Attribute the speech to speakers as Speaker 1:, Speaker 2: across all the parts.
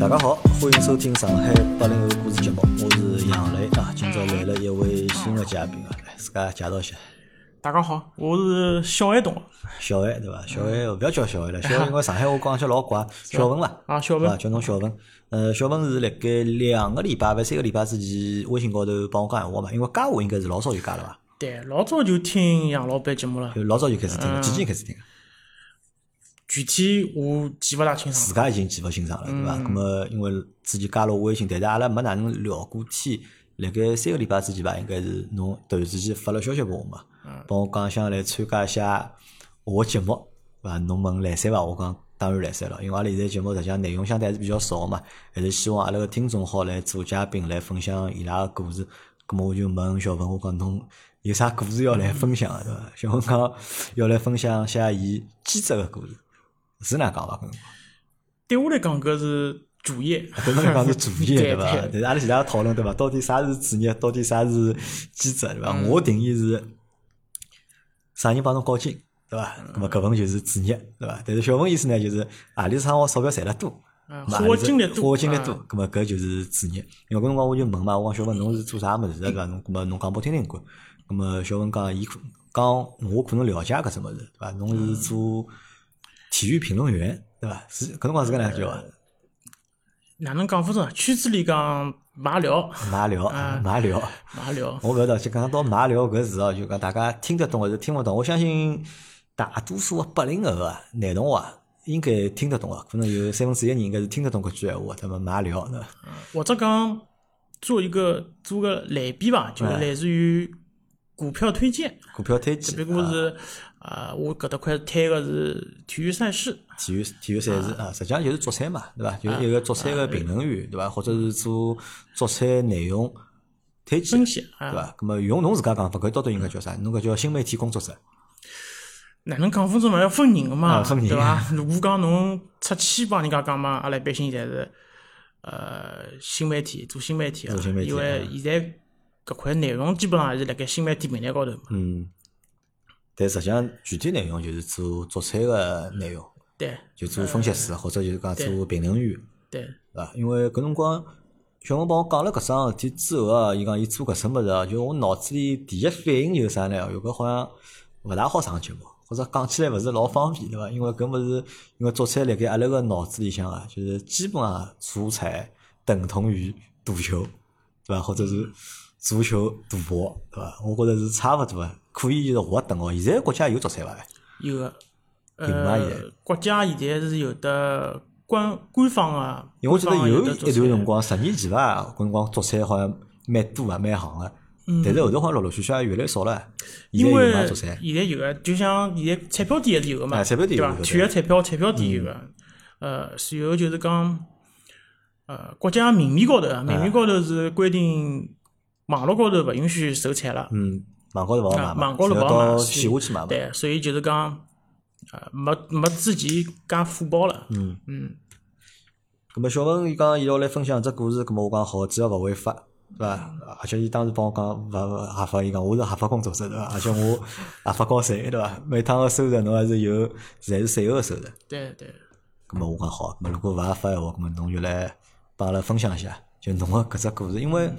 Speaker 1: 大家好，欢迎收听上海八零后故事节目，我是杨磊啊。今朝来了一位新的嘉宾啊，来自家介绍一下。
Speaker 2: 大家好，我是小爱同学
Speaker 1: 小艾对伐？小艾勿要叫小艾了，小艾因为上海话讲起来老怪，小文伐？
Speaker 2: 啊，小
Speaker 1: 对伐？
Speaker 2: 文，
Speaker 1: 叫侬小文。呃，小文是辣盖两个礼拜还是三个礼拜之前微信高头帮我讲闲话嘛，因为加我应该是老早就加了伐？
Speaker 2: 对，老早就听杨老板节目了，
Speaker 1: 就老早就开始听
Speaker 2: 嗯
Speaker 1: 了，几几年开始听啊的？
Speaker 2: 具体我记勿大清
Speaker 1: 自
Speaker 2: 爽。
Speaker 1: 家已经记勿清爽了，对伐？那么因为之前加了微信，但是阿拉没哪能聊过天。辣盖三个礼拜之前吧，应该是侬突然之间发了消息拨我嘛，帮我讲想来参加一下我的节目，对伐？侬问来三伐？我讲当然来三了，因为阿拉现在节目实际上内容相对还是比较少嘛，还是希望阿拉个听众好来做嘉宾来分享伊拉个故事。咁么我就问小文，我讲侬有啥故事要来分享啊的，对伐？小文讲要来分享一下伊兼职个故事，是哪讲伐？跟侬讲
Speaker 2: 对我来讲，搿是主业。
Speaker 1: 搿侬讲是主 业
Speaker 2: 对
Speaker 1: 对伐？但
Speaker 2: 对
Speaker 1: 是阿拉前头也讨论对伐？到底啥是主业，到底啥是兼职对伐？
Speaker 2: 嗯
Speaker 1: 我定义是啥人帮侬搞金对伐？
Speaker 2: 嗯
Speaker 1: 那么搿份就是主业对伐？但是小文意思呢，就是何里生活钞票赚了多。
Speaker 2: 嗯，
Speaker 1: 嘛
Speaker 2: 花的精力多，
Speaker 1: 花精力
Speaker 2: 啊
Speaker 1: 多，葛么搿就是主业。因为搿辰光我就问嘛，我讲小文侬是做啥物
Speaker 2: 嗯
Speaker 1: 事的对伐？侬葛么侬讲拨我听听看。葛么小文讲伊可讲我可能了解搿只物事对伐？侬是
Speaker 2: 嗯
Speaker 1: 做体育评论员对伐？是搿辰光是搿能介叫啊
Speaker 2: 呃
Speaker 1: 伐？
Speaker 2: 哪能讲法子呢？圈子里讲买聊，
Speaker 1: 马聊
Speaker 2: 嗯
Speaker 1: 马聊。
Speaker 2: 买聊，
Speaker 1: 我勿晓得，就讲到马聊搿事哦，就讲大家听得懂还是听勿懂。我相信大多数个八零后啊，男同学啊应该听得懂啊，可能有三分之一人应该是听得懂搿句闲话，他们马聊呢。
Speaker 2: 或者讲做一个做个类比吧，就是
Speaker 1: 嗯
Speaker 2: 类似于股票推荐，
Speaker 1: 股票推
Speaker 2: 只
Speaker 1: 荐
Speaker 2: 不过
Speaker 1: 啊
Speaker 2: 是啊，我搿搭块推个是体育赛事，
Speaker 1: 体育体育赛事啊，实际上就是足彩嘛，对伐？就是一个足彩个评论员，对伐？或者是做足彩内容推荐
Speaker 2: 分，析
Speaker 1: 对
Speaker 2: 啊，
Speaker 1: 伐？咁么用侬自家讲法，搿到底应该叫啥？侬搿叫新媒体工作者。
Speaker 2: 哪能讲法子嘛？要分人个嘛，
Speaker 1: 啊分人
Speaker 2: 对伐？如果讲侬出去帮人家讲嘛，阿拉百姓侪是呃新媒体做新媒体啊
Speaker 1: 做新媒，体
Speaker 2: 因为现在搿块内容基本上还是辣盖新媒体平台高头嘛。
Speaker 1: 嗯，但实际上具体内容就是做足彩个内容。
Speaker 2: 对
Speaker 1: 就做分析师，或者就是讲做评论员，
Speaker 2: 对，
Speaker 1: 对伐？因为搿辰光小文帮我讲了搿桩事体之后啊，伊讲伊做搿什物事啊，就我脑子里第一反应就是啥呢？有个好像勿大好上节目，或者讲起来勿是老方便，对伐？因为搿物事，因为做出来辣盖阿拉个脑子里向啊，就是基本上足彩等同于赌球，对伐？或者是足球赌博，对伐？我觉着是差勿多啊，可以就是活等哦。现在国家有足彩伐？
Speaker 2: 有个
Speaker 1: 有嘛
Speaker 2: 呃
Speaker 1: 现，
Speaker 2: 国家现在是有的官官方啊，
Speaker 1: 因为我记得
Speaker 2: 官方
Speaker 1: 有
Speaker 2: 的
Speaker 1: 一段
Speaker 2: 做出来
Speaker 1: 辰光，十年前伐，搿辰光足彩好像蛮多啊，蛮行个。但是后头好像陆陆续续也越来越少了。现在
Speaker 2: 嗯因
Speaker 1: 有
Speaker 2: 为
Speaker 1: 嘛足彩？
Speaker 2: 现在有个，就像现在彩票店还是有个
Speaker 1: 啊
Speaker 2: 嘛，
Speaker 1: 彩票店
Speaker 2: 对
Speaker 1: 有嗯
Speaker 2: 伐？
Speaker 1: 有
Speaker 2: 体育彩票彩票店有个，呃，随后就是讲，呃，国家明面高头啊，明面高头是规定网络高头勿允许售彩了，
Speaker 1: 嗯，网高头勿好买
Speaker 2: 啊，
Speaker 1: 嘛，
Speaker 2: 网高头
Speaker 1: 只
Speaker 2: 勿
Speaker 1: 要
Speaker 2: 好买
Speaker 1: 到，
Speaker 2: 所以
Speaker 1: 线下去买嘛。
Speaker 2: 对，所以就是讲，呃，没没之前介火爆了，嗯嗯，
Speaker 1: 咁么小文伊讲伊要来分享只故事，咁么我讲好，只要勿违法，对伐？
Speaker 2: 嗯
Speaker 1: 而且伊当时帮我讲勿勿合法，伊讲我是合法工作者，对伐？而且我合法交税，对伐？每趟个收入侬还是有，侪是税后个收入。
Speaker 2: 对对，
Speaker 1: 咁么我讲好，咁啊么如果勿合法闲话，咁么侬就来帮阿拉分享一下，就侬个搿只故事，因为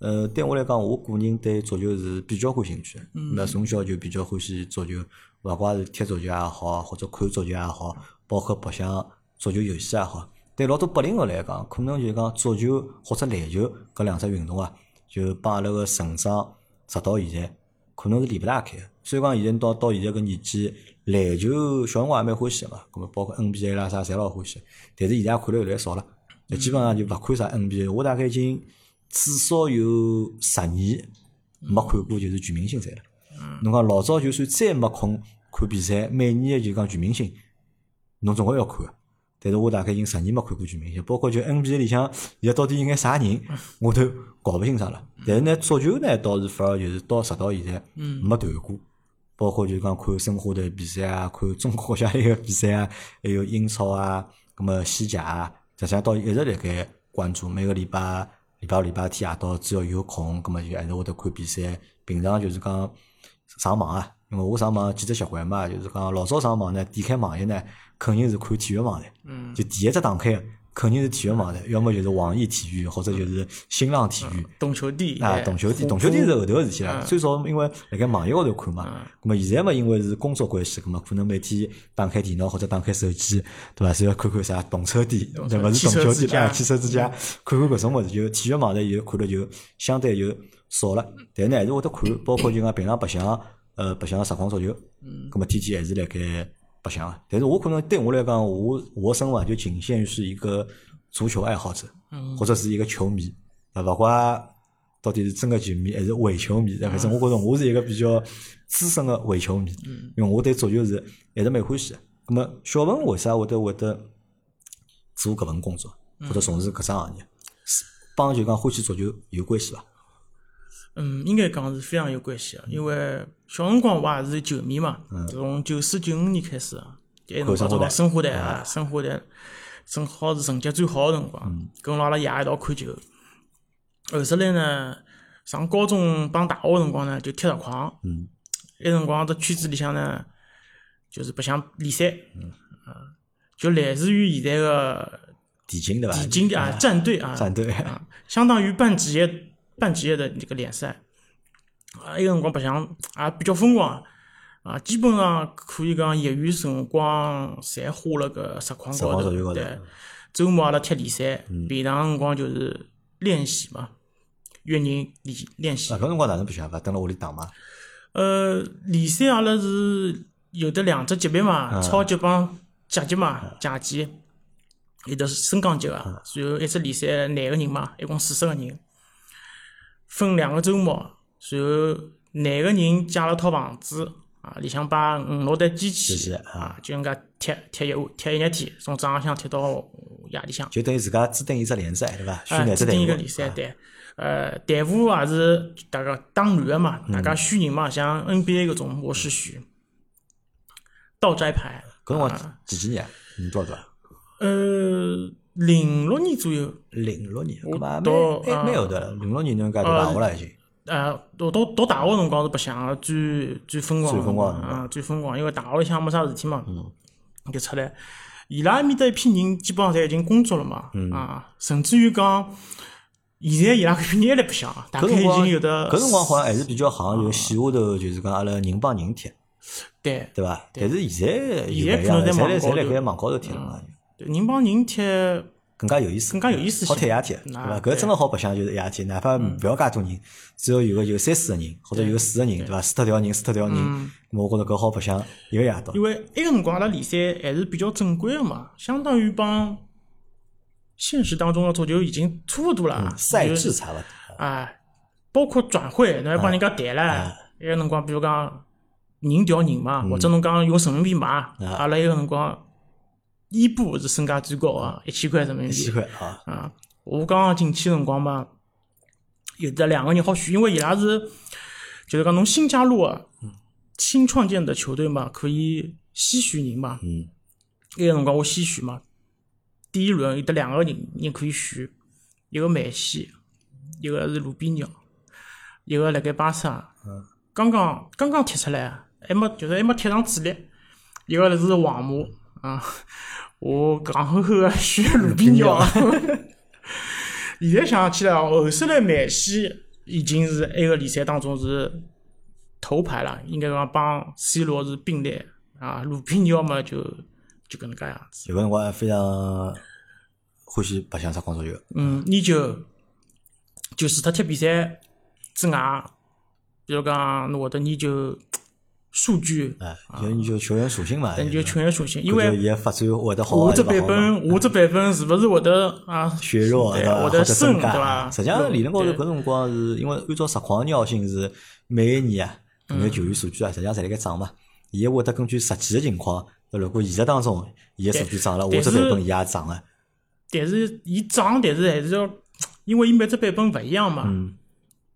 Speaker 1: 呃对我来讲，我个人对足球是比较感兴趣的，那从小就比较欢喜足球，勿怪是踢足球也好，啊或者看足球也好，包括白相足球游戏也好，对老多八零后来讲，可能就是讲足球或者篮球搿两只运动啊，就帮阿拉个成长直到现在。可能是离不大开的。虽然讲现在到到现在搿年纪，篮球小辰光也蛮欢喜个嘛，葛末包括 NBA 啦啥，侪老欢喜。但是现在看了越来越少了，就基本上就勿看啥 NBA。我大概已经至少有十年没看过就是全明星赛了。侬讲老早就算再没空看比赛，每年就讲全明星，侬总归要看个。但是我大概已经十年没看过全明星，包括就 NBA 里向现在到底应该啥人，我都搞勿清爽了。但是呢，足球呢倒是反而就是到直到现在没断过，包括就讲看申花队比赛啊，看中国国家队个比赛啊，还有英超啊，葛么西甲啊，实际上到一直辣盖关注，每个礼拜礼拜五、礼拜天夜到只要有空，葛么就还是会得看比赛。平常就是讲上网啊，因为我上网几只习惯嘛，就是讲老早上网呢，点开网页呢，肯定是看体育网站。
Speaker 2: 嗯
Speaker 1: 就第一只打开，肯定是体育网站，要么就是网易体育，或者就是新浪体育。
Speaker 2: 懂球帝
Speaker 1: 啊，
Speaker 2: 哎
Speaker 1: 懂球帝，
Speaker 2: 虎
Speaker 1: 懂球帝
Speaker 2: 扑
Speaker 1: 是后头个事体了。最早因为辣盖网页高头看嘛，咁么现在嘛，因为是工作关系，咁么可能每天打开电脑或者打开手机，对伐？是要看看啥懂车帝，
Speaker 2: 懂
Speaker 1: 对
Speaker 2: 车
Speaker 1: 伐？是
Speaker 2: 汽车
Speaker 1: 懂球
Speaker 2: 之
Speaker 1: 帝
Speaker 2: 家嗯
Speaker 1: 啊，汽车之家，看看搿种物事，就体育网站现在看了就相对就少了，
Speaker 2: 嗯
Speaker 1: 但呢还是会得看，包括就讲平常白相，呃，白相实况足球，
Speaker 2: 嗯
Speaker 1: 咁么天天还是辣盖白相啊。但是我可能对我来讲，我我生活就仅限于是一个足球爱好者，
Speaker 2: 嗯
Speaker 1: 或者是一个球迷，啊，勿怪。到底是真个球迷还是伪球迷？
Speaker 2: 嗯
Speaker 1: 反正我觉着我是一个比较资深个伪球迷，
Speaker 2: 嗯
Speaker 1: 因为我对足球是还是蛮欢喜个。那么小文为啥会得会得做搿份工作，
Speaker 2: 嗯
Speaker 1: 或者从事搿只行业，是帮就讲欢喜足球有关系伐？
Speaker 2: 嗯，应该讲是非常有关系个，啊因为小辰光我也是球迷嘛，从九四九五年开始啊，一辰光
Speaker 1: 看
Speaker 2: 从
Speaker 1: 申
Speaker 2: 申花队啊，申花队正好是成绩最好个辰光，跟牢阿拉爷一道看球。后头来呢，上高中帮大学个辰光呢，就踢实况，
Speaker 1: 嗯，
Speaker 2: 那辰光这圈子里向呢，就是白相联赛，嗯，就类似于现在个
Speaker 1: 电竞对伐？
Speaker 2: 已经啊战队啊，
Speaker 1: 战队，
Speaker 2: 啊，相当于半职业半职业的这个联赛。啊，那个辰光白相啊比较疯狂啊，基本上可以讲业余辰光侪花了个实况
Speaker 1: 实
Speaker 2: 高
Speaker 1: 况
Speaker 2: 头
Speaker 1: 足球高头，嗯
Speaker 2: 对。周末阿拉踢联赛，平常辰光就是练习嘛，约人练练习
Speaker 1: 啊，。搿辰光哪能白相法？蹲辣屋里打嘛？
Speaker 2: 呃，联赛阿拉是有的两只级别嘛，超级帮甲级嘛，甲级有的是升降级啊，然后一只联赛廿个人嘛，一共四十个人，分两个周末，然后廿个人借了套房子啊，里向摆五六台
Speaker 1: 机
Speaker 2: 机
Speaker 1: 器
Speaker 2: 器
Speaker 1: 啊
Speaker 2: 啊，就搿能介踢踢一踢一日天，从早浪向踢到夜里向。
Speaker 1: 就等于自家制定一只联赛对伐？
Speaker 2: 啊，
Speaker 1: 选哪只
Speaker 2: 指定一个
Speaker 1: 队伍
Speaker 2: 联赛对。呃，队伍也是大家打乱个嘛，大
Speaker 1: 嗯
Speaker 2: 家选人嘛，像 NBA 搿种模式选，倒摘牌。
Speaker 1: 搿辰光几几年啊？你多少多少？
Speaker 2: 呃，零六年左右，
Speaker 1: 零六年，搿嘛
Speaker 2: 到
Speaker 1: 蛮蛮
Speaker 2: 啊
Speaker 1: 蛮后头了。零六年侬介读大学了已经。
Speaker 2: 呃，读读读大学辰光是白相个最最疯狂的
Speaker 1: 最疯狂的嗯
Speaker 2: 啊，最疯狂，因为大学里向没啥事体嘛，就出来。伊拉埃面搭一批人基本上侪已经工作了嘛，
Speaker 1: 嗯
Speaker 2: 啊，甚至于讲，现在伊拉搿批人还辣白相，大概
Speaker 1: 搿辰
Speaker 2: 已
Speaker 1: 光，
Speaker 2: 经有的啊
Speaker 1: 搿辰光好像还是比较行，就线下头就是讲阿拉人帮人踢，
Speaker 2: 对
Speaker 1: 对伐？但是现在又
Speaker 2: 现
Speaker 1: 勿一
Speaker 2: 在可
Speaker 1: 样
Speaker 2: 能
Speaker 1: 了，
Speaker 2: 在
Speaker 1: 侪
Speaker 2: 网
Speaker 1: 来侪
Speaker 2: 高头
Speaker 1: 辣盖网高头踢了嘛，
Speaker 2: 对，人帮人踢，
Speaker 1: 更加有意思，
Speaker 2: 更加有意思
Speaker 1: 好踢
Speaker 2: 些
Speaker 1: 夜踢，对
Speaker 2: 那
Speaker 1: 伐？搿真个好白相就是夜踢，哪怕勿要介多人，只要有个有三四个人，或者有个四个人，对伐？四脱条人，四脱条人，咾我觉着搿好白相一个夜到
Speaker 2: 因。为埃个辰光阿拉联赛还是比较正规的嘛，相当于帮现实当中的足球已经差不多了啊。
Speaker 1: 嗯赛
Speaker 2: 就是
Speaker 1: 制差勿多，
Speaker 2: 啊，包括转会，侬还帮人家谈
Speaker 1: 哎
Speaker 2: 唻。埃个辰光，比如讲人调人嘛，或
Speaker 1: 嗯
Speaker 2: 者侬讲用人民币买，
Speaker 1: 啊
Speaker 2: 阿拉埃个辰光伊布是身价最高啊，一千块人民
Speaker 1: 一千
Speaker 2: 币
Speaker 1: 块啊，
Speaker 2: 啊。我刚刚进去的辰光嘛，有的两个人好选，因为伊拉是就是讲侬新加入啊，新创建的球队嘛，可以吸选人嘛。
Speaker 1: 嗯。
Speaker 2: 那个辰光我吸选嘛，第一轮有得两个人人可以选，一个梅西，一个是卢比鸟，一个辣盖巴萨。刚刚刚刚踢出来啊，还没就是还没踢上主力，一个是皇马啊，我戆呵呵啊个选卢比鸟。 现在想起来哦，后首来梅西已经是埃个联赛当中是头牌了，应该讲帮 C 罗是并列啊。鲁比尼奥嘛就就搿能介样子。
Speaker 1: 有个辰光非常欢喜白相啥光足球，
Speaker 2: 嗯，你就就是他踢比赛之外，比如讲侬会得研究数据，
Speaker 1: 哎，就你就球员属性嘛，
Speaker 2: 研究球员属性，因
Speaker 1: 就
Speaker 2: 为
Speaker 1: 伊个发展会得好
Speaker 2: 我
Speaker 1: 还是
Speaker 2: 这
Speaker 1: 勿好
Speaker 2: 版
Speaker 1: 嘛
Speaker 2: 本，我这版本是勿是会得啊？
Speaker 1: 血肉
Speaker 2: 对
Speaker 1: 对伐？
Speaker 2: 我
Speaker 1: 或
Speaker 2: 的
Speaker 1: 者身
Speaker 2: 肾
Speaker 1: 高
Speaker 2: 对吧
Speaker 1: 实际上理论高头
Speaker 2: 对
Speaker 1: 搿辰光是因为按照实况的尿性是每一年啊，搿眼球员数据
Speaker 2: 嗯
Speaker 1: 啊，实际上侪辣盖涨嘛。伊会得根据实际的情况，那如果现实当中伊个数据涨了，我
Speaker 2: 但
Speaker 1: 这版
Speaker 2: 是
Speaker 1: 本伊也涨啊了，
Speaker 2: 但是伊涨，但是还是要，因为伊每只版本勿一样嘛，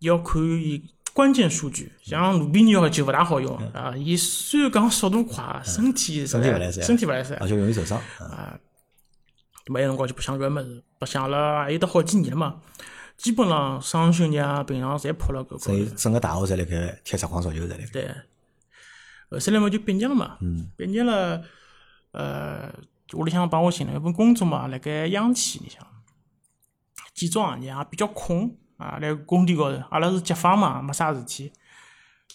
Speaker 2: 要看伊关键数据。像鲁比尼奥就勿大好用啊，伊虽然讲速度快，身体
Speaker 1: 身体勿来塞
Speaker 2: 嗯身体勿来塞
Speaker 1: 而。且容易受伤。嗯
Speaker 2: 啊咁么埃辰光就白相搿物事，白相了也有得好几年了嘛，基本上双休日啊，平常侪扑了搿高
Speaker 1: 所以
Speaker 2: 头。
Speaker 1: 整个大学侪辣盖踢实况足球，侪辣盖。
Speaker 2: 对，后首来嘛就毕业了嘛，毕业了，呃，就屋里向帮我寻了一份工作嘛，辣盖央企里向，建筑行业也比较空啊，辣工地高头，阿拉是解放嘛，没啥事体，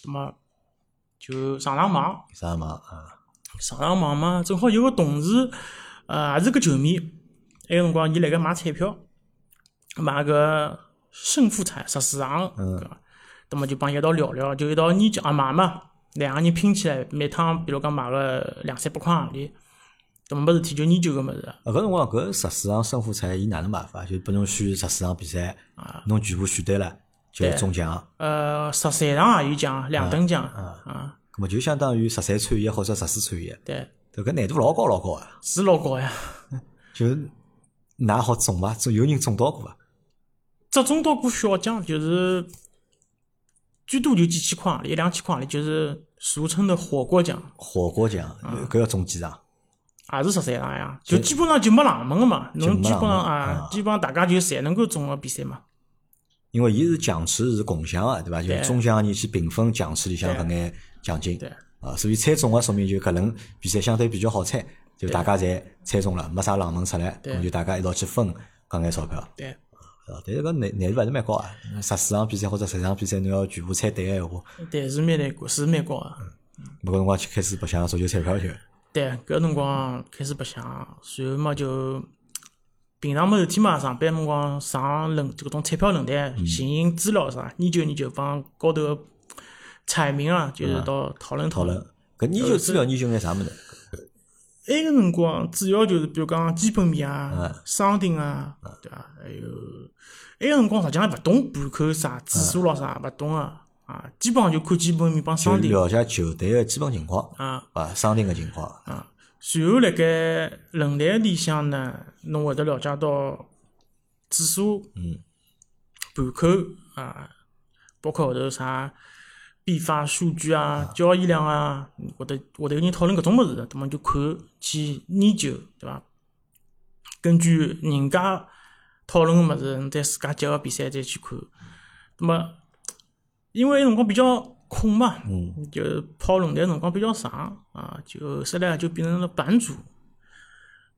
Speaker 2: 那么就上上网，
Speaker 1: 啥嘛啊？
Speaker 2: 上上网嘛，正好有个同事，呃，也是个球迷，埃个辰光伊辣盖买彩票，买个胜负彩十四行，搿个那么就帮伊一道聊聊，就一道研究啊买嘛，两个人拼起来，每趟比如讲买个两三百块行钿，那么没事体就研究搿物事，
Speaker 1: 啊，搿辰光搿十四行胜负彩伊哪能办法？就拨侬选十四行比赛，
Speaker 2: 啊
Speaker 1: 侬全部选对了就中奖，
Speaker 2: 呃，十三场也有奖，两等奖，啊，
Speaker 1: 葛么就相当于十三串一或者十四串一，
Speaker 2: 对，
Speaker 1: 对搿难度老高老高啊！
Speaker 2: 是老高呀，
Speaker 1: 就哪好中伐？中有人中到过伐？
Speaker 2: 只中到过小奖，就是最多就几千块行钿，一两千块行钿，就是俗称的火锅奖。
Speaker 1: 火锅奖搿要中几场？
Speaker 2: 也是十三场呀，就基本上就没冷门个嘛，侬基本上
Speaker 1: 冷门
Speaker 2: 啊，基本上大家就侪能够中个比赛嘛。
Speaker 1: 因为伊是奖池是共享个，对伐？就
Speaker 2: 对
Speaker 1: 中奖人去平分奖池里向搿眼奖金
Speaker 2: 对，
Speaker 1: 啊，所以猜中个说明就搿轮比赛相对比较好猜，就大家侪猜中了，没啥冷门出来，
Speaker 2: 对
Speaker 1: 咾就大家一道去分搿眼钞票。
Speaker 2: 对，
Speaker 1: 啊，但是搿难难度还是蛮高啊！十四场比赛或者十场比赛，侬要全部猜对个闲话，
Speaker 2: 对是蛮难过，是蛮高个。
Speaker 1: 搿辰光就开始白相足球彩票去了。
Speaker 2: 对，搿辰光开始白相，随后嘛就平常没事体嘛，上班辰光上论搿种彩票论坛寻寻资料啥，研究研究，帮高头个彩民啊，就是到讨论
Speaker 1: 讨
Speaker 2: 讨
Speaker 1: 论。搿研究资料研究眼啥物事？
Speaker 2: 埃个辰光主要就是比如讲基本面啊、商定啊，对伐？还有埃个辰光实际上还勿懂盘口啥指数咯啥，勿懂啊啊，基本上就看基本面帮
Speaker 1: 就
Speaker 2: 商定
Speaker 1: 了解球队个基本情况
Speaker 2: 啊。
Speaker 1: 啊，商定个情况。
Speaker 2: 随后辣盖论坛里向呢，侬会得了解到指数、
Speaker 1: 嗯
Speaker 2: 盘口啊，包括后头啥必发数据啊、交易量啊，会得会得有人讨论搿种物事的，那么就看去研究，对伐？根据人家讨论个物事，侬再自家结合比赛再去看。那么，因为辰光比较空嘛，
Speaker 1: 嗯
Speaker 2: 就跑论坛辰光比较长啊，就后来就变成了版主。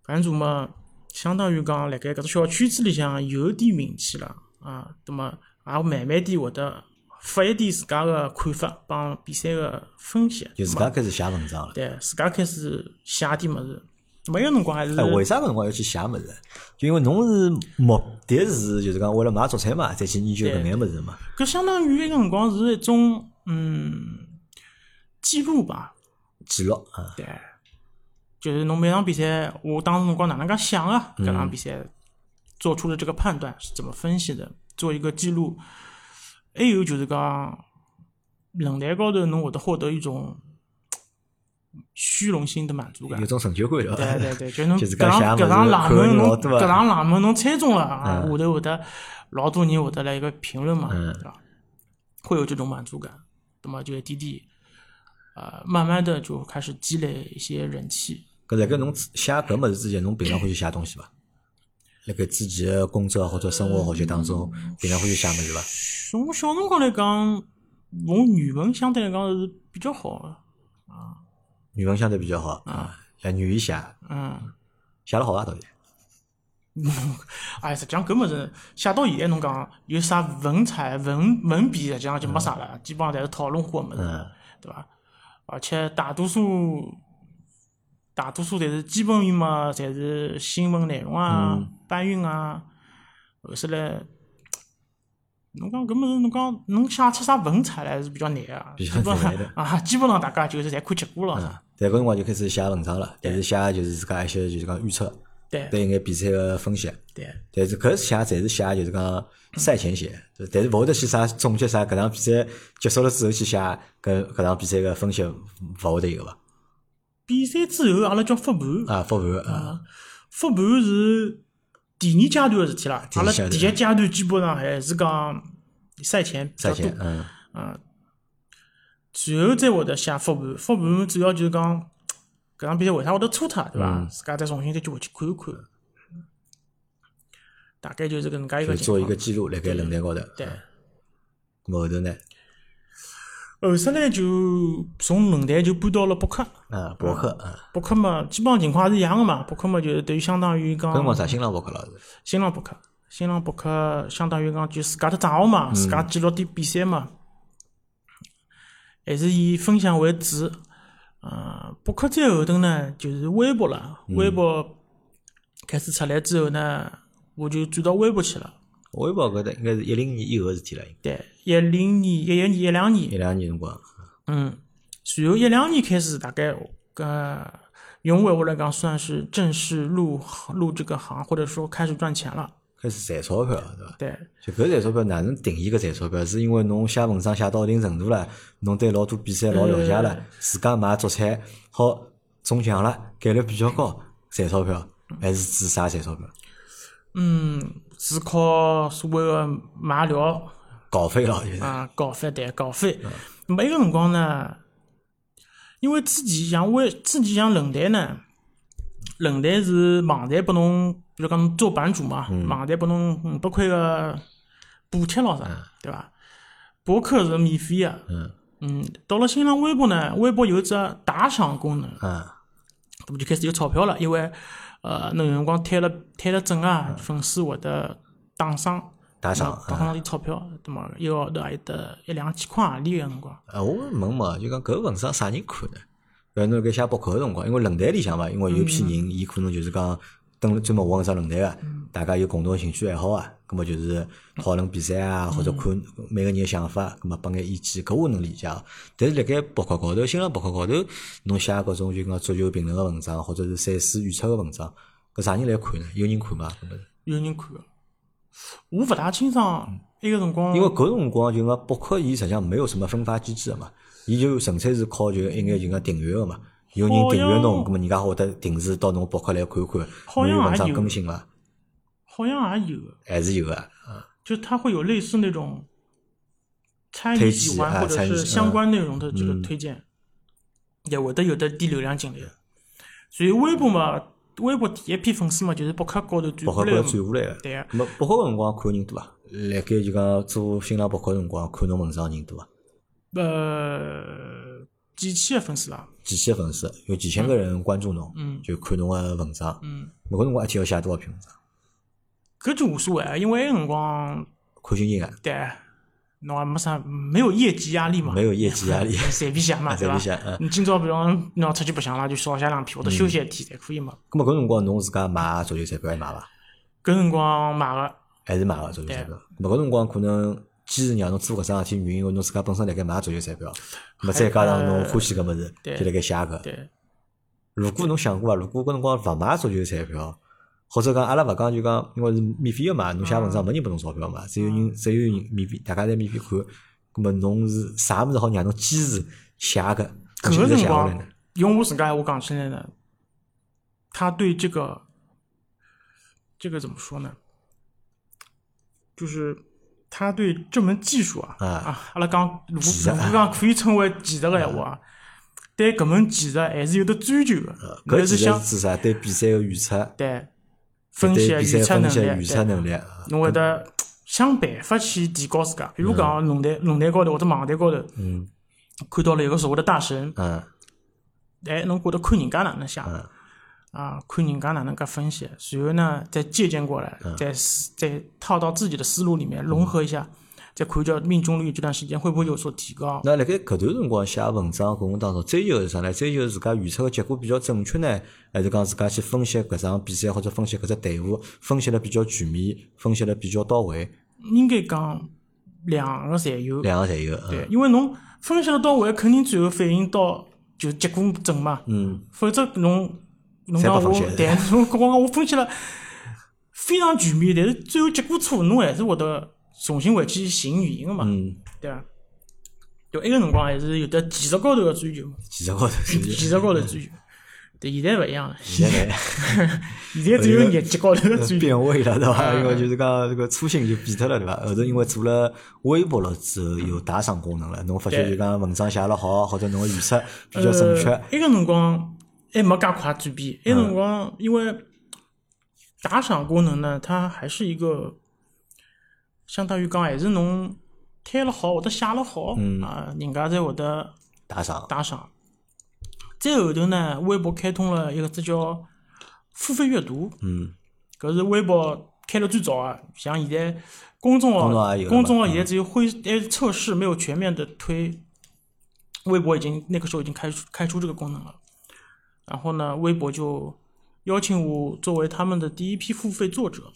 Speaker 2: 版主嘛，相当于讲辣盖搿只小圈子里向有点名气了啊，那么也慢慢地会得发一点自家个看法帮比赛个分析，
Speaker 1: 就自家开始写文章了。
Speaker 2: 对，自家开始写点物事。没有辰光还是
Speaker 1: 哎，为啥搿辰光要去写物事？就因为侬是目的是就是讲为了买足彩嘛，再去研究搿眼物事嘛。
Speaker 2: 搿相当于那个辰光是一种嗯记录吧，
Speaker 1: 记录啊，
Speaker 2: 对，就是侬每场比赛，我当时辰光哪能介想啊？搿场比赛做出了这个判断是怎么分析的，做一个记录。还有就是讲，论坛高头侬会得获得一种虚荣心的满足感
Speaker 1: 有。种成就感对
Speaker 2: 对
Speaker 1: 伐？
Speaker 2: 对对，就侬
Speaker 1: 就
Speaker 2: 搿
Speaker 1: 自家
Speaker 2: 场
Speaker 1: 写物事
Speaker 2: 搿场冷
Speaker 1: 看
Speaker 2: 门
Speaker 1: 老
Speaker 2: 侬
Speaker 1: 对伐
Speaker 2: 搿场冷门侬猜中了啊，下头会得老多人会得来一个评论嘛，
Speaker 1: 嗯
Speaker 2: 对伐？会有这种满足感，那么就一点点，呃，慢慢的就开始积累一些人气。
Speaker 1: 搿辣盖侬写搿物事之前，侬平常会去写东西伐？辣盖自己的工作或者生活学习当中，平常会去写物事伐？
Speaker 2: 从我小辰光来讲，我语文相对来讲是比较好的，
Speaker 1: 语文相对比较好啊，像语言写
Speaker 2: 嗯，
Speaker 1: 写了好啊伐？到底
Speaker 2: 哎，实际上搿物事写到现在侬讲有啥文采、文文笔，实际上就没啥了，基本上侪是讨论化物事，
Speaker 1: 嗯
Speaker 2: 对伐？而且大多数大多数侪是基本面嘛，侪是新闻内容啊、
Speaker 1: 嗯
Speaker 2: 搬运啊，后头来。侬讲搿物事，侬讲侬写出啥文采来是比较难啊，
Speaker 1: 比较
Speaker 2: 基本上
Speaker 1: 难的嗯
Speaker 2: 啊，基本上大家就是侪看结果了啥。
Speaker 1: 但搿辰光就开始写文章了，但是写就是自家一些就是讲预测，
Speaker 2: 对
Speaker 1: 对一眼比赛个分析。
Speaker 2: 对
Speaker 1: 但是搿写侪是写就是讲赛前写，就但是勿会得去啥总结啥搿场比赛结束了之后去写搿搿场比赛个分析，勿会得有伐？
Speaker 2: 比赛之后，阿拉叫复盘，
Speaker 1: 啊，复盘啊，
Speaker 2: 复盘是第二阶段个事体啦。
Speaker 1: 二
Speaker 2: 阿拉
Speaker 1: 阶段
Speaker 2: 第一阶段基本上还是讲赛前比
Speaker 1: 赛
Speaker 2: 较
Speaker 1: 前
Speaker 2: 多，
Speaker 1: 嗯，
Speaker 2: 随后再会得写复盘。复盘主要就是讲搿场比赛为啥会得错脱，对伐？
Speaker 1: 嗯
Speaker 2: 自家再重新再去回去看一看，大概就是搿能介
Speaker 1: 就
Speaker 2: 一个
Speaker 1: 做一
Speaker 2: 情
Speaker 1: 个
Speaker 2: 况。
Speaker 1: 嗯记录辣盖论坛高头。
Speaker 2: 对
Speaker 1: 嗯，咾么后头呢？
Speaker 2: 后首呢就从论坛就搬到了博客，
Speaker 1: 啊，博客啊，
Speaker 2: 博客嘛，基本上情况也是一样的嘛。博客嘛，就是等于相当于
Speaker 1: 搿辰光
Speaker 2: 讲
Speaker 1: 啥新浪博客了是？
Speaker 2: 新浪博客，新浪博客相当于讲就自家的账号嘛，自家记录点比赛嘛，还是以分享为主。呃，博客再后头呢，就是微博了。微博开始出来之后呢，我就转到微博去了。
Speaker 1: 微博搿搭应该是一零年以后的事体了，
Speaker 2: 对，一零年、一一年、一两年
Speaker 1: 一，两年辰光，
Speaker 2: 嗯，随后一两年开始，大概呃，用微博来讲算是正式入行入这个行，或者说开始赚钱了。
Speaker 1: 开始赚钞票了，对伐？
Speaker 2: 对，
Speaker 1: 就搿赚钞票哪能定义搿赚钞票？是因为侬写文章写到一定程度了，侬对老多比赛老了解了，自家买足彩好中奖了，概率比较高，赚钞票，还是指啥赚钞票？
Speaker 2: 嗯，是靠所谓的买料
Speaker 1: 稿费了，就是
Speaker 2: 啊，稿费对稿费。那么一个辰光呢，因为之前像微，之前像论坛呢，论坛是网站拨侬，比如讲侬做版主嘛，网站拨侬五百块个补贴咯啥，对伐？博客是免费的。
Speaker 1: 嗯
Speaker 2: 嗯，到了新浪微博呢，微博有一只打赏功能，
Speaker 1: 啊，
Speaker 2: 那么就开始有钞票了，因为呃，侬有辰光推了推了整啊，粉丝会得打赏，
Speaker 1: 打赏
Speaker 2: 打赏点钞票，那么一个号头也有得一两千块钿个辰光。
Speaker 1: 啊，我问嘛，就讲搿文章啥人看呢？比如侬搿写博客个辰光，因为论坛里向嘛，因为有批人，伊可能就是讲登了专门玩搿只论坛个，大家有共同兴趣爱好啊，葛末就是讨论比赛啊，或者看每个人个想法，葛末拨眼意见，搿我能理解啊。但是辣盖博客高头，新浪博客高头，侬写搿种就讲足球评论个文章，或者是赛事预测个文章，搿啥人来看呢？有人看吗？搿么
Speaker 2: 有人看个。我勿大清爽，埃个辰光，
Speaker 1: 嗯因为搿辰光就讲博客，伊实际上没有什么分发机制的嘛，伊就纯粹是靠就一眼就讲订阅个嘛，有人订阅
Speaker 2: 好
Speaker 1: 侬，
Speaker 2: 像
Speaker 1: 葛末人家会得定时到侬博客来看看，
Speaker 2: 好
Speaker 1: 侬
Speaker 2: 像
Speaker 1: 有文
Speaker 2: 也
Speaker 1: 章
Speaker 2: 有
Speaker 1: 更新伐？
Speaker 2: 好像也有个，
Speaker 1: 还是有个啊，
Speaker 2: 就它会有类似那种参与
Speaker 1: 推荐
Speaker 2: 喜欢
Speaker 1: 啊
Speaker 2: 或者
Speaker 1: 参与
Speaker 2: 是
Speaker 1: 嗯
Speaker 2: 相关内容的这个推荐，也会得有的低流量进来。所以微博嘛，微博第一批粉丝嘛，就是博客高头转
Speaker 1: 博客高
Speaker 2: 过来
Speaker 1: 头
Speaker 2: 的
Speaker 1: 转
Speaker 2: 嘛。
Speaker 1: 下来个。
Speaker 2: 对啊
Speaker 1: 葛末博客个辰光看人多伐？辣盖就讲做新浪博客个辰光看侬文章人多啊伐？
Speaker 2: 呃，几千个粉丝啊，
Speaker 1: 几千粉丝，有几千个人关注侬，就看侬个文章。
Speaker 2: 嗯
Speaker 1: 每个辰光一天要写多少篇文章？
Speaker 2: 搿就无所谓啊，因为埃个辰光
Speaker 1: 看心情个，
Speaker 2: 对，侬也没啥没有业绩压力嘛，。
Speaker 1: 没有业绩压力
Speaker 2: 随便写 嘛，啊对
Speaker 1: 随
Speaker 2: 伐
Speaker 1: 便嗯写嗯？
Speaker 2: 你今朝比方侬要出去白相了，就少写两篇或者休息一天，侪可以嘛。
Speaker 1: 葛末搿辰光侬自家买足球彩票还买伐？
Speaker 2: 搿辰光买个，
Speaker 1: 还是买个足球彩票。咁么搿辰光可能坚持让侬做搿桩事体，原因为侬自家本身辣盖买足球彩票，咁么再加上侬欢喜搿物事，
Speaker 2: 对
Speaker 1: 就辣盖写搿。
Speaker 2: 对，
Speaker 1: 如果侬想过伐？如果搿辰光勿买足球彩票，或者讲阿拉勿讲就讲，因为是免费个嘛，侬写文
Speaker 2: 嗯
Speaker 1: 章没人拨侬钞票嘛，只有人只有人免费，大家侪免费看。咁么侬是啥物事好让侬坚持写搿？
Speaker 2: 搿
Speaker 1: 侬就
Speaker 2: 个辰
Speaker 1: 写下来
Speaker 2: 光
Speaker 1: 呢？，
Speaker 2: 用我自家闲话讲起来呢，他对这个，这个怎么说呢？就是他对这门技术啊，
Speaker 1: 啊
Speaker 2: 啊，阿拉讲，如果
Speaker 1: 技术啊
Speaker 2: 如果讲可以称为技术个闲话啊，对搿门技术还是有得追求个，
Speaker 1: 啊搿
Speaker 2: 还
Speaker 1: 其
Speaker 2: 是
Speaker 1: 实是
Speaker 2: 想
Speaker 1: 指啥？对比赛个预测，
Speaker 2: 对分析
Speaker 1: 对
Speaker 2: 预
Speaker 1: 比赛
Speaker 2: 测
Speaker 1: 分
Speaker 2: 能
Speaker 1: 析
Speaker 2: 力，
Speaker 1: 预测
Speaker 2: 对
Speaker 1: 能力。啊嗯
Speaker 2: 侬会得想办法去提高自家。比如讲论坛、论坛高头或者网站高头，
Speaker 1: 嗯
Speaker 2: 看到了有个所谓的大神，
Speaker 1: 嗯
Speaker 2: 哎，侬觉得看人家哪能想
Speaker 1: 嗯
Speaker 2: 啊，看人家哪能介分析，随后呢再借鉴过来，
Speaker 1: 嗯
Speaker 2: 再思再套到自己的思路里面融合一下，再看叫命中率这段时间会不会有所提高。
Speaker 1: 那辣盖搿段辰光写文章过程当中，追求是啥呢？追求自家预测个结果比较正确呢，还是讲自家去分析搿场比赛或者分析搿只队伍，分析了比较全面，分析了比较到位，
Speaker 2: 应该讲两个侪有，
Speaker 1: 两个侪有。嗯
Speaker 2: 对，因为侬分析了到位，肯定最后反映到就结果正嘛。
Speaker 1: 嗯，
Speaker 2: 否则侬侬讲
Speaker 1: 侪不
Speaker 2: 我
Speaker 1: 放心，
Speaker 2: 对，侬讲我我分析了非常全面，但是最后结果错，侬还是会得重新回去寻原因个嘛，
Speaker 1: 嗯
Speaker 2: 对伐？就埃个辰光还是有得技术高头个追求嘛，
Speaker 1: 技术高头是
Speaker 2: 技术高头追求。对，现在勿一样了，现
Speaker 1: 现在 嗯呢
Speaker 2: 在只有业绩高头个追求。
Speaker 1: 变味了，对伐？
Speaker 2: 嗯
Speaker 1: 因为就是讲这个初心就变脱了，对伐？后头因为做了微博了之后，有打赏功能了，侬发觉
Speaker 2: 对
Speaker 1: 就讲文章写了好，或者侬个预测比较正确
Speaker 2: 呃，埃个辰光还没介快转变，埃个辰光因为打赏功能呢，它还是一个相当于讲还是侬开了好，或者写了好，啊，人家才会得
Speaker 1: 打赏，
Speaker 2: 打赏。再后头呢，微博开通了一个只叫付费阅读，
Speaker 1: 嗯，
Speaker 2: 搿是微博开了最早啊，像现在公众
Speaker 1: 公众
Speaker 2: 号
Speaker 1: 号也有，了
Speaker 2: 公众
Speaker 1: 嘛
Speaker 2: 号现在只有灰哎测试，没有全面的推。微博已经那个时候已经开出开出这个功能了，然后呢，微博就邀请我作为他们的第一批付费作者。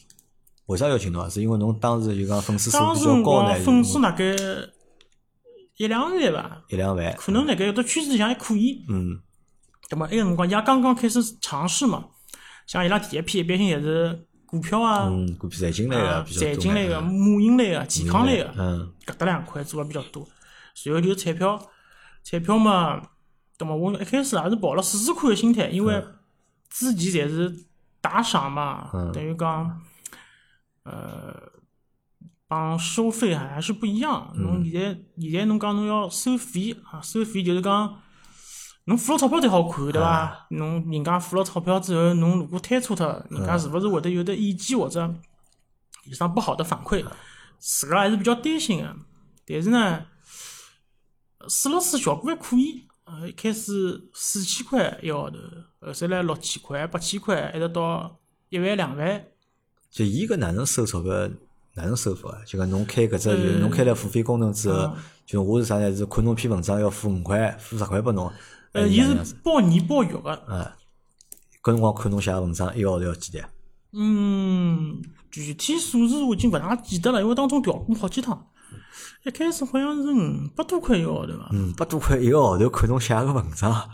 Speaker 1: 为啥要请侬啊？是因为侬当时就讲粉丝数
Speaker 2: 当
Speaker 1: 比
Speaker 2: 时
Speaker 1: 较
Speaker 2: 辰
Speaker 1: 高
Speaker 2: 光
Speaker 1: 呢，
Speaker 2: 粉丝大概一两万吧，
Speaker 1: 一两万，
Speaker 2: 可能辣盖有的圈子里向还可以。
Speaker 1: 嗯
Speaker 2: 那么埃个辰光，伊拉刚刚开始尝试嘛，像伊拉第一批一般性侪是股票啊、
Speaker 1: 嗯，股票财经类
Speaker 2: 啊
Speaker 1: 个比较多
Speaker 2: 财经类个、
Speaker 1: 嗯
Speaker 2: 母婴类个、健康类个，
Speaker 1: 嗯
Speaker 2: 搿搭两块做了比较多。随后就是彩票，彩票嘛，那么我一开始也是抱了试试看个心态，因为之前侪是打赏嘛，等于讲，呃，帮收费还是不一样。侬现在现在侬讲侬要收费啊，收费就是讲。侬付了钞票才好看，对伐？侬人家付了钞票之后，侬如果推错脱，人家是勿是会得有的意见或者有啥不好的反馈？自家还是比较担心的。但是呢，试了试效果还可以。呃，一开始四千块一个号头，后头来六千块、八千块，一直到一万、两万。
Speaker 1: 就伊搿哪能收钞票，哪能收法啊？就讲侬开搿只，就是
Speaker 2: 嗯
Speaker 1: 侬开了付费功能之后，就我是啥呢？是看侬篇文章要付五块，付十块拨侬。
Speaker 2: 呃，伊
Speaker 1: 伊
Speaker 2: 是包年包月
Speaker 1: 哎
Speaker 2: 的。
Speaker 1: 搿辰光看侬写文章，一个号头要几钿？
Speaker 2: 嗯，具体数字我已经勿大记得了，因为当中调过好几趟。一开始好像是五百多块一个号头吧。
Speaker 1: 五百嗯多块一个号头看侬写个文
Speaker 2: 嗯
Speaker 1: 章，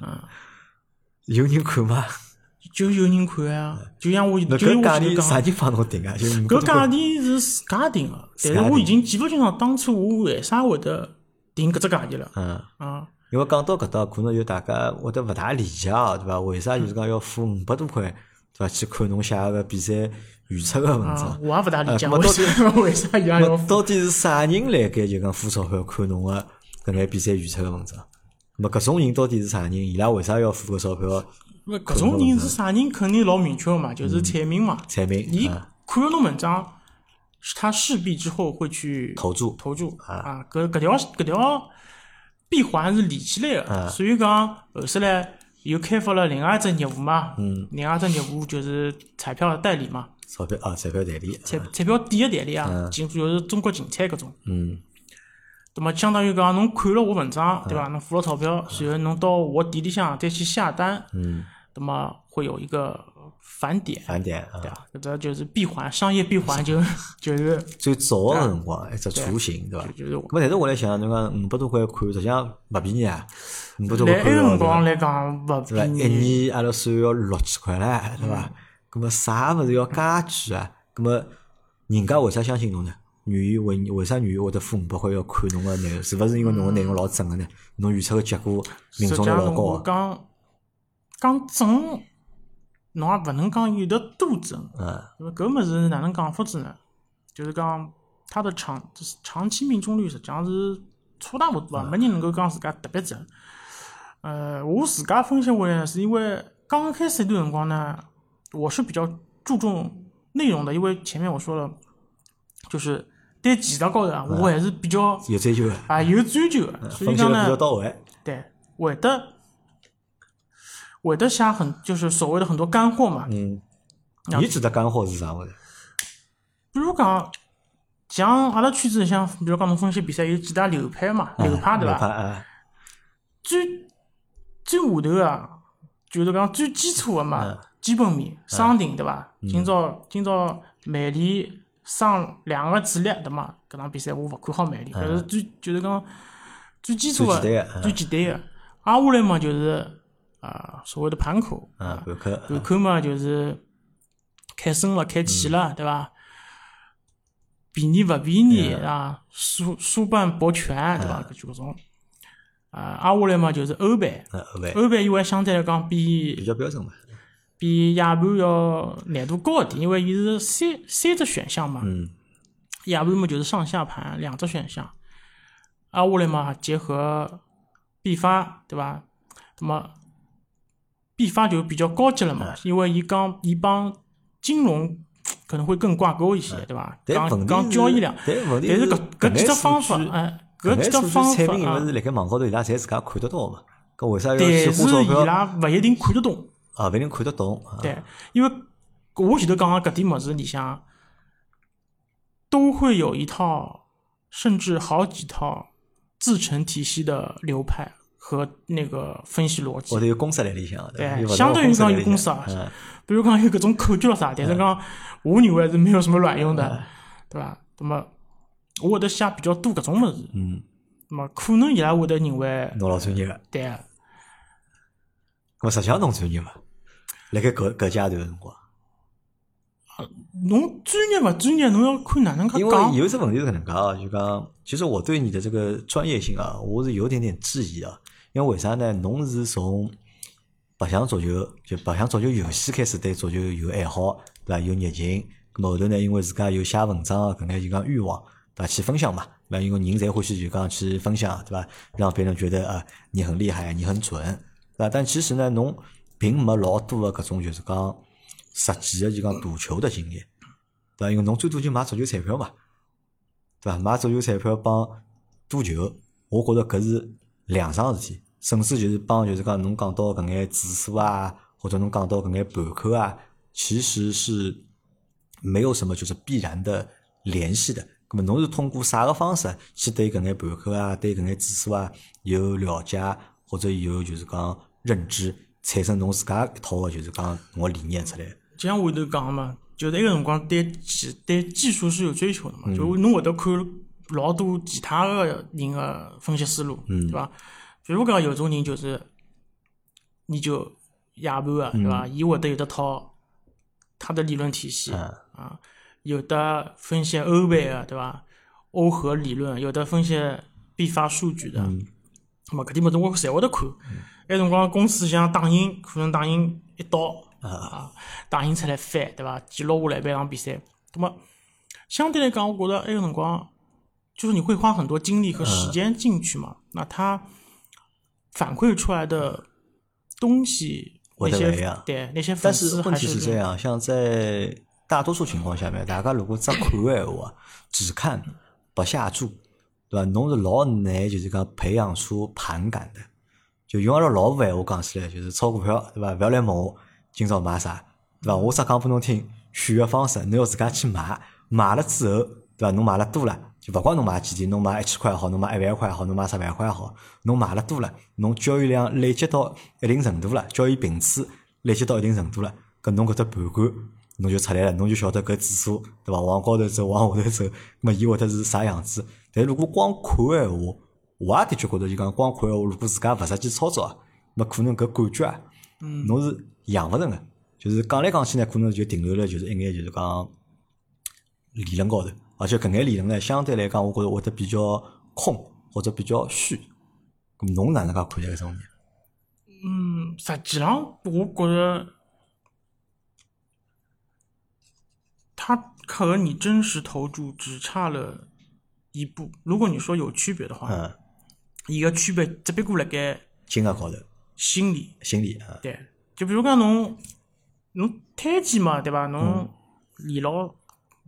Speaker 1: 有人看吗？
Speaker 2: 就有人看啊，就像我，
Speaker 1: 那
Speaker 2: 就
Speaker 1: 搿
Speaker 2: 我
Speaker 1: 价
Speaker 2: 前头
Speaker 1: 钿
Speaker 2: 讲
Speaker 1: 啥。人帮侬定啊？就五百
Speaker 2: 搿
Speaker 1: 多块
Speaker 2: 价钿是自家定个，但
Speaker 1: 自家
Speaker 2: 是
Speaker 1: 定
Speaker 2: 我已经记勿清爽当初我为啥会得定搿只价钿了。
Speaker 1: 嗯。
Speaker 2: 啊，
Speaker 1: 因为讲到搿搭，可能有大家会得勿大理解哦，对伐？为啥就是讲要付五百多块，对伐？去看侬写个比赛预测个文
Speaker 2: 啊哎
Speaker 1: 章？
Speaker 2: 我也勿大理解
Speaker 1: 呃
Speaker 2: 为啥为啥伊拉要
Speaker 1: 咹到底是啥人来盖就讲付钞票看侬个搿眼比赛预测个文章？咹搿种人到底是啥人？伊拉为啥要付搿钞票？
Speaker 2: 勿搿种人是啥人，肯定老明确个嘛，
Speaker 1: 嗯
Speaker 2: 就是彩民嘛。
Speaker 1: 彩民
Speaker 2: 伊
Speaker 1: 啊
Speaker 2: 看了侬文章，是他势必之后会去
Speaker 1: 投注
Speaker 2: 投注啊。搿搿条搿条闭环是连起来
Speaker 1: 啊
Speaker 2: 个，所以讲后头来又开发了另外一只业务嘛。嗯，另外一只业务就是彩票的代理嘛。
Speaker 1: 钞票啊，彩票代理，
Speaker 2: 彩彩票店个代理啊，
Speaker 1: 嗯
Speaker 2: 进就是中国竞彩搿种。嗯。那么相当于讲，侬看了我文
Speaker 1: 嗯
Speaker 2: 章，对伐？侬付了钞票，然后侬到我店里向再去下单，嗯，那么会有一个返点，
Speaker 1: 返点啊
Speaker 2: 对。伐？搿只就是闭环，商业闭环就就是
Speaker 1: 最早个辰光，一只雏形，对伐？
Speaker 2: 就是我
Speaker 1: 咾么，但是我来想，侬讲五百多块看，实际上勿便宜啊，五百多
Speaker 2: 来
Speaker 1: 块
Speaker 2: 埃
Speaker 1: 看哦到
Speaker 2: 个
Speaker 1: 对
Speaker 2: 辰
Speaker 1: 伐
Speaker 2: 光来讲勿
Speaker 1: 对伐？
Speaker 2: 便
Speaker 1: 一
Speaker 2: 宜，
Speaker 1: 年阿拉算要六千块唻，对
Speaker 2: 嗯
Speaker 1: 伐？咁么啥物事要加句啊？咁么人家为啥相信侬呢？愿意为为啥愿意会得付五百块要看侬个内容？是勿是因为侬个内容老正个呢？侬预测个结果命
Speaker 2: 实际
Speaker 1: 中率
Speaker 2: 上
Speaker 1: 老高
Speaker 2: 我
Speaker 1: 啊？
Speaker 2: 讲讲准，侬也勿能讲有得多准，
Speaker 1: 嗯，
Speaker 2: 那么搿物事哪能讲法子呢？就是讲它的长就是长期命中率实际上是差大勿多啊，没人能够讲自家特别准。呃，我自家分析回来呢，是因为刚开始一段辰光呢，我是比较注重内容的，因为前面我说了，就是对技术高头啊，我还是比较
Speaker 1: 有追求个，
Speaker 2: 啊有追求的，所以
Speaker 1: 嗯分析
Speaker 2: 讲
Speaker 1: 了比
Speaker 2: 呢
Speaker 1: 较，到位。
Speaker 2: 对，会的，会的下很就是所谓的很多干货嘛，
Speaker 1: 嗯，你指的干货是啥物事？
Speaker 2: 比如讲，像阿拉圈子里向，比如讲侬分析比赛有几大流派嘛，流派对
Speaker 1: 哪怕
Speaker 2: 伐？
Speaker 1: 啊，
Speaker 2: 最最下头个，就是讲最基础个嘛，
Speaker 1: 嗯
Speaker 2: 基本面、商定对伐？今朝今朝曼联伤两个主力对嘛？搿场比赛我勿看好曼联，搿是最就是讲最基础
Speaker 1: 嗯最简单
Speaker 2: 个、
Speaker 1: 的嗯
Speaker 2: 最简单个。挨下来嘛就是啊所谓的盘口，
Speaker 1: 啊，盘口，
Speaker 2: 盘口嘛，就是开升了，开起了，对伐？便宜勿便宜啊？输输半博全，对伐？搿就搿种。啊，挨下来嘛就是欧版，
Speaker 1: 啊，后背
Speaker 2: 欧版因为相对来讲
Speaker 1: 比
Speaker 2: 比
Speaker 1: 较标准嘛。
Speaker 2: 比夜盘要难度高一点，因为伊是三三只选项嘛。
Speaker 1: 嗯。
Speaker 2: 夜盘嘛就是上下盘两只选项，挨下来嘛结合必发，对伐？那么
Speaker 1: 哎
Speaker 2: 必发就比较高级了嘛，因为伊讲伊帮金融可能会更挂钩一些，对伐？
Speaker 1: 哎但
Speaker 2: 讲
Speaker 1: 问题
Speaker 2: 讲交易量，
Speaker 1: 但问题
Speaker 2: 但是搿搿几只
Speaker 1: 眼
Speaker 2: 方
Speaker 1: 数
Speaker 2: 法
Speaker 1: 据，
Speaker 2: 哎，
Speaker 1: 搿
Speaker 2: 搿几只
Speaker 1: 眼数据
Speaker 2: 方
Speaker 1: 产
Speaker 2: 法
Speaker 1: 品
Speaker 2: 啊
Speaker 1: 勿是，辣盖网高头，伊拉侪自家看得到嘛？搿为啥要
Speaker 2: 但
Speaker 1: 去
Speaker 2: 是
Speaker 1: 花钞
Speaker 2: 伊
Speaker 1: 票
Speaker 2: 拉勿一定看得懂，
Speaker 1: 啊？勿一定看得懂啊？
Speaker 2: 对，因为我前头讲个搿点物事里向，都会有一套，甚至好几套自成体系的流派和那个分析逻辑
Speaker 1: 或。者有公式在里向，伐
Speaker 2: 对
Speaker 1: 有勿同的
Speaker 2: 相对于讲有
Speaker 1: 公
Speaker 2: 公
Speaker 1: 式
Speaker 2: 式
Speaker 1: 在
Speaker 2: 啊
Speaker 1: 里向嗯
Speaker 2: 比如讲有各种口诀了啥，
Speaker 1: 嗯
Speaker 2: 但是讲我认为还是没有什么卵用的，对伐？那么我会得写比较多搿种物事，
Speaker 1: 嗯，
Speaker 2: 那么可能伊拉会得认为
Speaker 1: 侬老专业个，
Speaker 2: 对啊，
Speaker 1: 咾实际上侬专业伐？辣盖搿搿阶段辰光，
Speaker 2: 侬专业勿专业，侬要看哪能介
Speaker 1: 因
Speaker 2: 讲
Speaker 1: 为。有一只问题是搿能介啊，就讲，其实我对你的这个专业性啊，我是有点点质疑啊。因为为啥呢？侬是从白相足球，就白相足球游戏开始对足球有爱好，对伐？有热情。咁后头呢，因为自家有写文章啊，搿眼就讲欲望，对伐？去分享嘛，对伐？因为人侪欢喜就讲去分享，对伐？让别人觉得啊，你很厉害，你很准，对伐？但其实呢，侬并没老多的搿种就是讲实际的就讲赌球的经验。对伐？因为侬最多就买足球彩票嘛，对伐？买足球彩票帮赌球，我觉着搿是两桩事体，甚至就是帮就是讲侬讲到搿眼指数啊，或者侬讲到搿眼盘口啊，其实是没有什么就是必然的联系的。咁么侬是通过啥个方式啊去对搿眼盘口啊，对搿眼指数啊有了解，或者有就是讲认知，产生侬自家一套个就是讲侬个理念出来。
Speaker 2: 就像我头讲嘛，就是那个辰光对技对技术是有追求的嘛，就侬会得看老多其他个人个分析思路，对伐？比如讲有种人就是研究夜盘个，对伐？伊会得有得套他的理论体系、
Speaker 1: 嗯
Speaker 2: 啊，有的分析欧美个，对伐？欧和理论，有的分析必发数据的，
Speaker 1: 嗯
Speaker 2: 那么搿点物事我侪会得看。埃辰光公司像打印，可能打印一刀啊，打印出来翻，对伐？记录下来每场比赛。那么相对来讲，我觉得埃个辰光就是你会花很多精力和时间进去
Speaker 1: 嗯
Speaker 2: 嘛，那它反馈出来的东西，那
Speaker 1: 会得不一
Speaker 2: 些
Speaker 1: 样
Speaker 2: 对那些粉
Speaker 1: 但是
Speaker 2: 丝
Speaker 1: 问
Speaker 2: 还
Speaker 1: 题是
Speaker 2: 是
Speaker 1: 这样，像在大多数情况下面，大家如果只看的闲话，只看不下注，对吧？侬是老难就是讲培养出盘感的。就用阿拉老婆闲话讲起来，就是炒股票，对吧？不要来问我今朝买啥，对吧？我只讲拨侬听，选个方式，侬要自家去买，买了之后，对吧？侬买了多了，就勿管侬买几钿，侬买一千块也好，侬买一万块也好，侬买十万块也好，侬买了多了，侬交易量累积到一定程度了，交易频次累积到一定程度了，搿侬搿只盘感侬就出来了，侬就晓得搿指数对伐？往高头走，往下头走，那么伊会得是啥样子？但如果光看个闲话，我也的确觉得就讲光看个闲话，如果自家勿实际操作啊，那可能搿感觉啊，侬是养勿成个。就是讲来讲去呢，可能就停留了就是一眼就是讲理论高头，而且搿眼理论呢，相对来讲，我觉着会得比较空或者比较虚。咁侬哪能介看待搿种呢？
Speaker 2: 嗯，实际上我觉着，它和你真实投注只差了一步。如果你说有区别的话，
Speaker 1: 嗯，
Speaker 2: 伊个区别只不过辣盖
Speaker 1: 金额高头，
Speaker 2: 心理。
Speaker 1: 心理啊，
Speaker 2: 对，就比如讲侬侬推荐嘛，对伐？侬连牢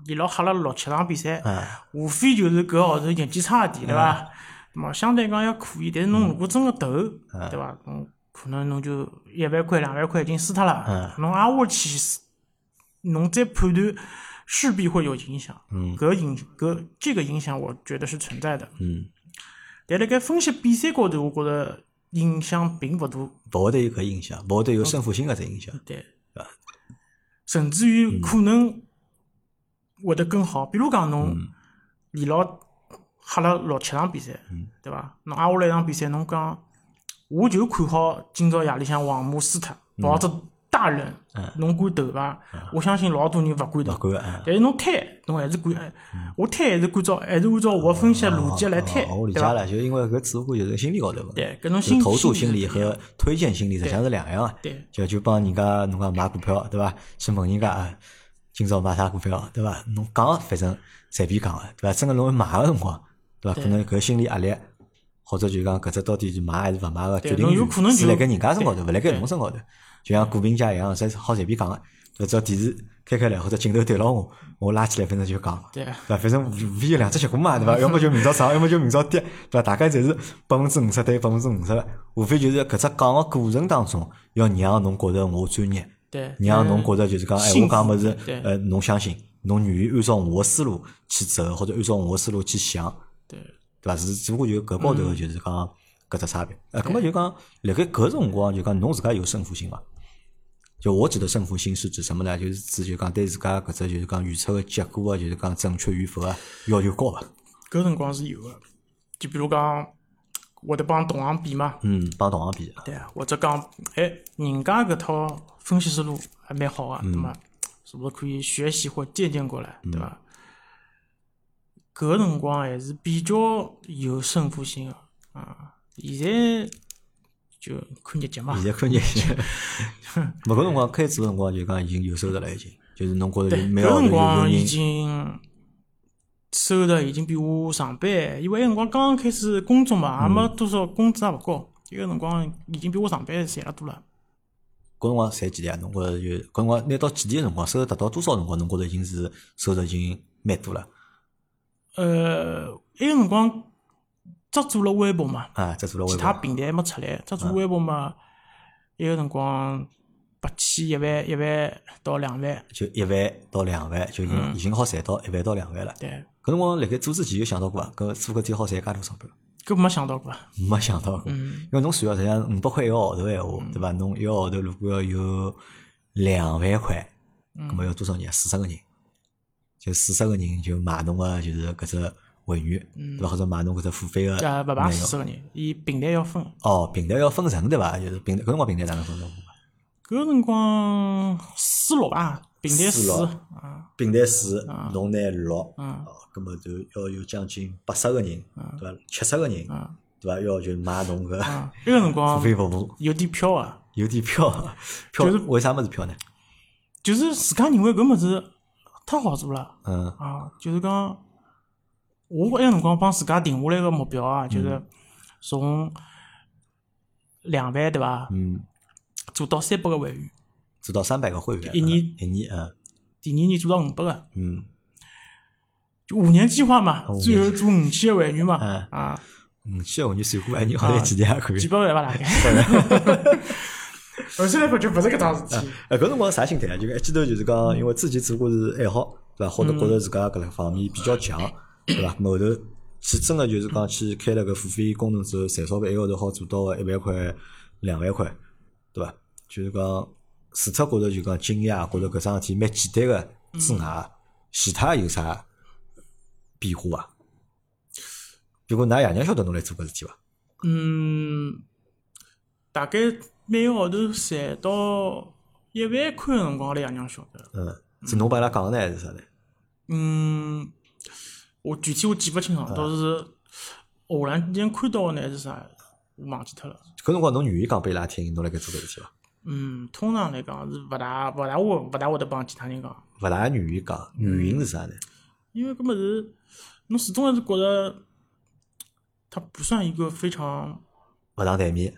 Speaker 2: 连牢哈了六七场比赛，
Speaker 1: 嗯
Speaker 2: 无非就是搿号头业绩差一点，对伐？那么相对来讲还可以，但是侬如果真个投，对伐？侬可能侬就一万块、两万块已经输脱了，侬挨下去是，侬再判断势必会有影响。嗯，搿影搿这个影响，我觉得是存在的。
Speaker 1: 嗯，
Speaker 2: 但辣盖分析比赛高头，我觉着影响并不大。
Speaker 1: 勿会得有搿影响，勿会得有胜负心搿只影响。
Speaker 2: 对，
Speaker 1: 啊
Speaker 2: 甚至于可能
Speaker 1: 嗯
Speaker 2: 会得更好。比如讲，侬连牢哈了六七场比赛，
Speaker 1: 嗯
Speaker 2: 对伐？侬挨下来一场比赛，侬讲我就看好今朝夜里向皇马输脱，
Speaker 1: 嗯
Speaker 2: 抱着大人，侬敢投伐？我相信老多人勿敢
Speaker 1: 勿
Speaker 2: 投。
Speaker 1: 管啊，
Speaker 2: 但是侬推，侬还是敢，哎我推还是按照还是按照我分析逻嗯辑来推
Speaker 1: 嗯哦我，理
Speaker 2: 对
Speaker 1: 解
Speaker 2: 伐？
Speaker 1: 了，就因为搿只不过就是心理高头嘛。
Speaker 2: 对，搿
Speaker 1: 就
Speaker 2: 种心
Speaker 1: 投注
Speaker 2: 心
Speaker 1: 心理和推荐心理实际上是两样啊。
Speaker 2: 对
Speaker 1: 就就帮人家侬讲买股票对伐？去问人家啊，今朝买啥股票对伐？侬讲反正随便讲个对伐？真个侬买个辰光对伐？可能搿心理压力或者就讲搿只到底是买还是勿买个
Speaker 2: 对
Speaker 1: 决定
Speaker 2: 侬有可能
Speaker 1: 权是
Speaker 2: 就
Speaker 1: 辣盖人家身高头，
Speaker 2: 对
Speaker 1: 勿辣盖
Speaker 2: 对
Speaker 1: 侬身高头。就像股评家一样，侪好随便讲个，对搿只电视开开来，或者镜头对牢我，我拉起来，反正就讲，
Speaker 2: 对
Speaker 1: 对伐？反正无无非有两只结果嘛，对伐？要么就明朝上，要么就明朝跌，对伐？大概侪是百分之五十对百分之五十，无非就是搿只讲个过程当中，要让侬觉着我专业，
Speaker 2: 对，嗯
Speaker 1: 让侬觉着就是讲，哎，
Speaker 2: 幸
Speaker 1: 我讲物事
Speaker 2: 对，
Speaker 1: 呃，侬相信，侬愿意按照我个思路去走，或者按照我个思路去想，
Speaker 2: 对
Speaker 1: 对伐？是只不过就搿高
Speaker 2: 嗯
Speaker 1: 头就是讲搿只差别。呃，搿么就讲，辣盖搿辰光就讲侬自家有胜负心伐？就我指的胜负心是指什么呢？就是指就讲对自家搿只就是讲预测个结果啊，就是讲准确与否啊，要求高伐？
Speaker 2: 搿辰光是有个，就比如讲，会得帮同行比嘛，
Speaker 1: 嗯，帮同行比 啊，
Speaker 2: 对啊，或者讲，哎，人家搿套分析思路还蛮好啊，
Speaker 1: 嗯
Speaker 2: 对伐？是不是可以学习或借鉴过来，对伐？搿个辰光还是比较有胜负心个啊，现在就看日脚嘛
Speaker 1: 现，在 看热些。勿搿辰光开始个辰光就讲已经有收入了，已经就是侬觉着
Speaker 2: 对，
Speaker 1: 有每个
Speaker 2: 搿
Speaker 1: 号头有
Speaker 2: 辰
Speaker 1: 有
Speaker 2: 光已
Speaker 1: 人
Speaker 2: 经收入已经比我上班，因为那辰光刚刚开始工作
Speaker 1: 嗯
Speaker 2: 嘛，也没多少工资也勿高，有个辰光已经比我上班赚了多了。
Speaker 1: 搿辰光赚几钿啊？侬觉着就搿辰光拿到几钿个辰光，收入达到多少辰光？侬觉着已经是收入已经蛮多了
Speaker 2: 呃，那个辰光只做了微博嘛，
Speaker 1: 啊？再做了微
Speaker 2: 其
Speaker 1: 博
Speaker 2: 他平台还没出来，只做微博嘛，那个辰光八千一万一万到两万，
Speaker 1: 就一万到两万，就已经已经好赚到一万到两万了。
Speaker 2: 对，
Speaker 1: 搿辰光辣盖做之前有想到过伐？搿做搿天好赚介多钞票？
Speaker 2: 搿没想到过。
Speaker 1: 没想到过，因为侬算下，实际上五百块一个号头闲话，对伐？侬一个号头如果要有两万块，葛末要多少人啊？四十个人，就四十个人就买侬个就是搿只会员，对伐？或者买侬搿只付费个
Speaker 2: 呃，勿排
Speaker 1: 内容
Speaker 2: 四十个人，伊平台要分。
Speaker 1: 哦，平台要分成对伐？就是平台搿辰光平台哪能分成？
Speaker 2: 搿辰光四六吧，平台
Speaker 1: 四
Speaker 2: 四
Speaker 1: 六
Speaker 2: 啊。
Speaker 1: 平台四，侬拿六，哦，葛末就要有将近八十个人，对伐？七十个人，对伐？要就买侬个
Speaker 2: 啊，那个 辰
Speaker 1: 付
Speaker 2: 光
Speaker 1: 费服务，
Speaker 2: 有点飘啊，
Speaker 1: 有点 票，票
Speaker 2: 就是
Speaker 1: 为啥物事票呢？
Speaker 2: 就是自家认为搿物事太好做了
Speaker 1: 嗯
Speaker 2: 啊，就是讲我那个辰光帮自家定下来个目标啊，就是
Speaker 1: 嗯
Speaker 2: 从两万对伐，
Speaker 1: 嗯，
Speaker 2: 做到三百个会员，
Speaker 1: 做到三百个会员，
Speaker 2: 一年
Speaker 1: 嗯一年，嗯
Speaker 2: 第二年做到五百个，
Speaker 1: 嗯，
Speaker 2: 就五年计划嘛
Speaker 1: 五，年
Speaker 2: 最后做五千个会员嘛
Speaker 1: 嗯，
Speaker 2: 啊，
Speaker 1: 五千个，你算过一年好像几钿也可
Speaker 2: 几
Speaker 1: 以。
Speaker 2: 百万吧大概。 后头来发觉勿是搿桩事体，
Speaker 1: 呃，搿辰光啥心态啊？就讲一记头就是讲，因为之前只不过是爱好，对伐？或者觉着自家搿两方面比较强，对伐？后头去真个就是讲去开了个付费功能之后，赚钞票一个号头好做到个一万块、两万块，对伐？就是讲，除脱觉着就讲惊讶，觉着搿桩事体蛮简单个之外，其他有啥变化伐？比如讲，㑚爷娘晓得侬来做搿事体伐？
Speaker 2: 嗯，大概每个号头赚到一万块个辰光，阿拉爷娘晓得。
Speaker 1: 嗯，是侬帮伊拉讲呢，还是啥呢？
Speaker 2: 嗯，我具体我记勿清爽，倒是偶然间看到个呢是啥，我忘记脱了。
Speaker 1: 搿辰光侬愿意讲拨伊拉听，侬辣盖做搿事体伐？
Speaker 2: 嗯，通常来讲是勿大勿大会勿大会得帮其他人讲，
Speaker 1: 勿大愿意讲，原因是啥
Speaker 2: 嗯
Speaker 1: 呢？
Speaker 2: 因为搿物事侬始终还是觉着它不算一个非常。
Speaker 1: 勿当台面，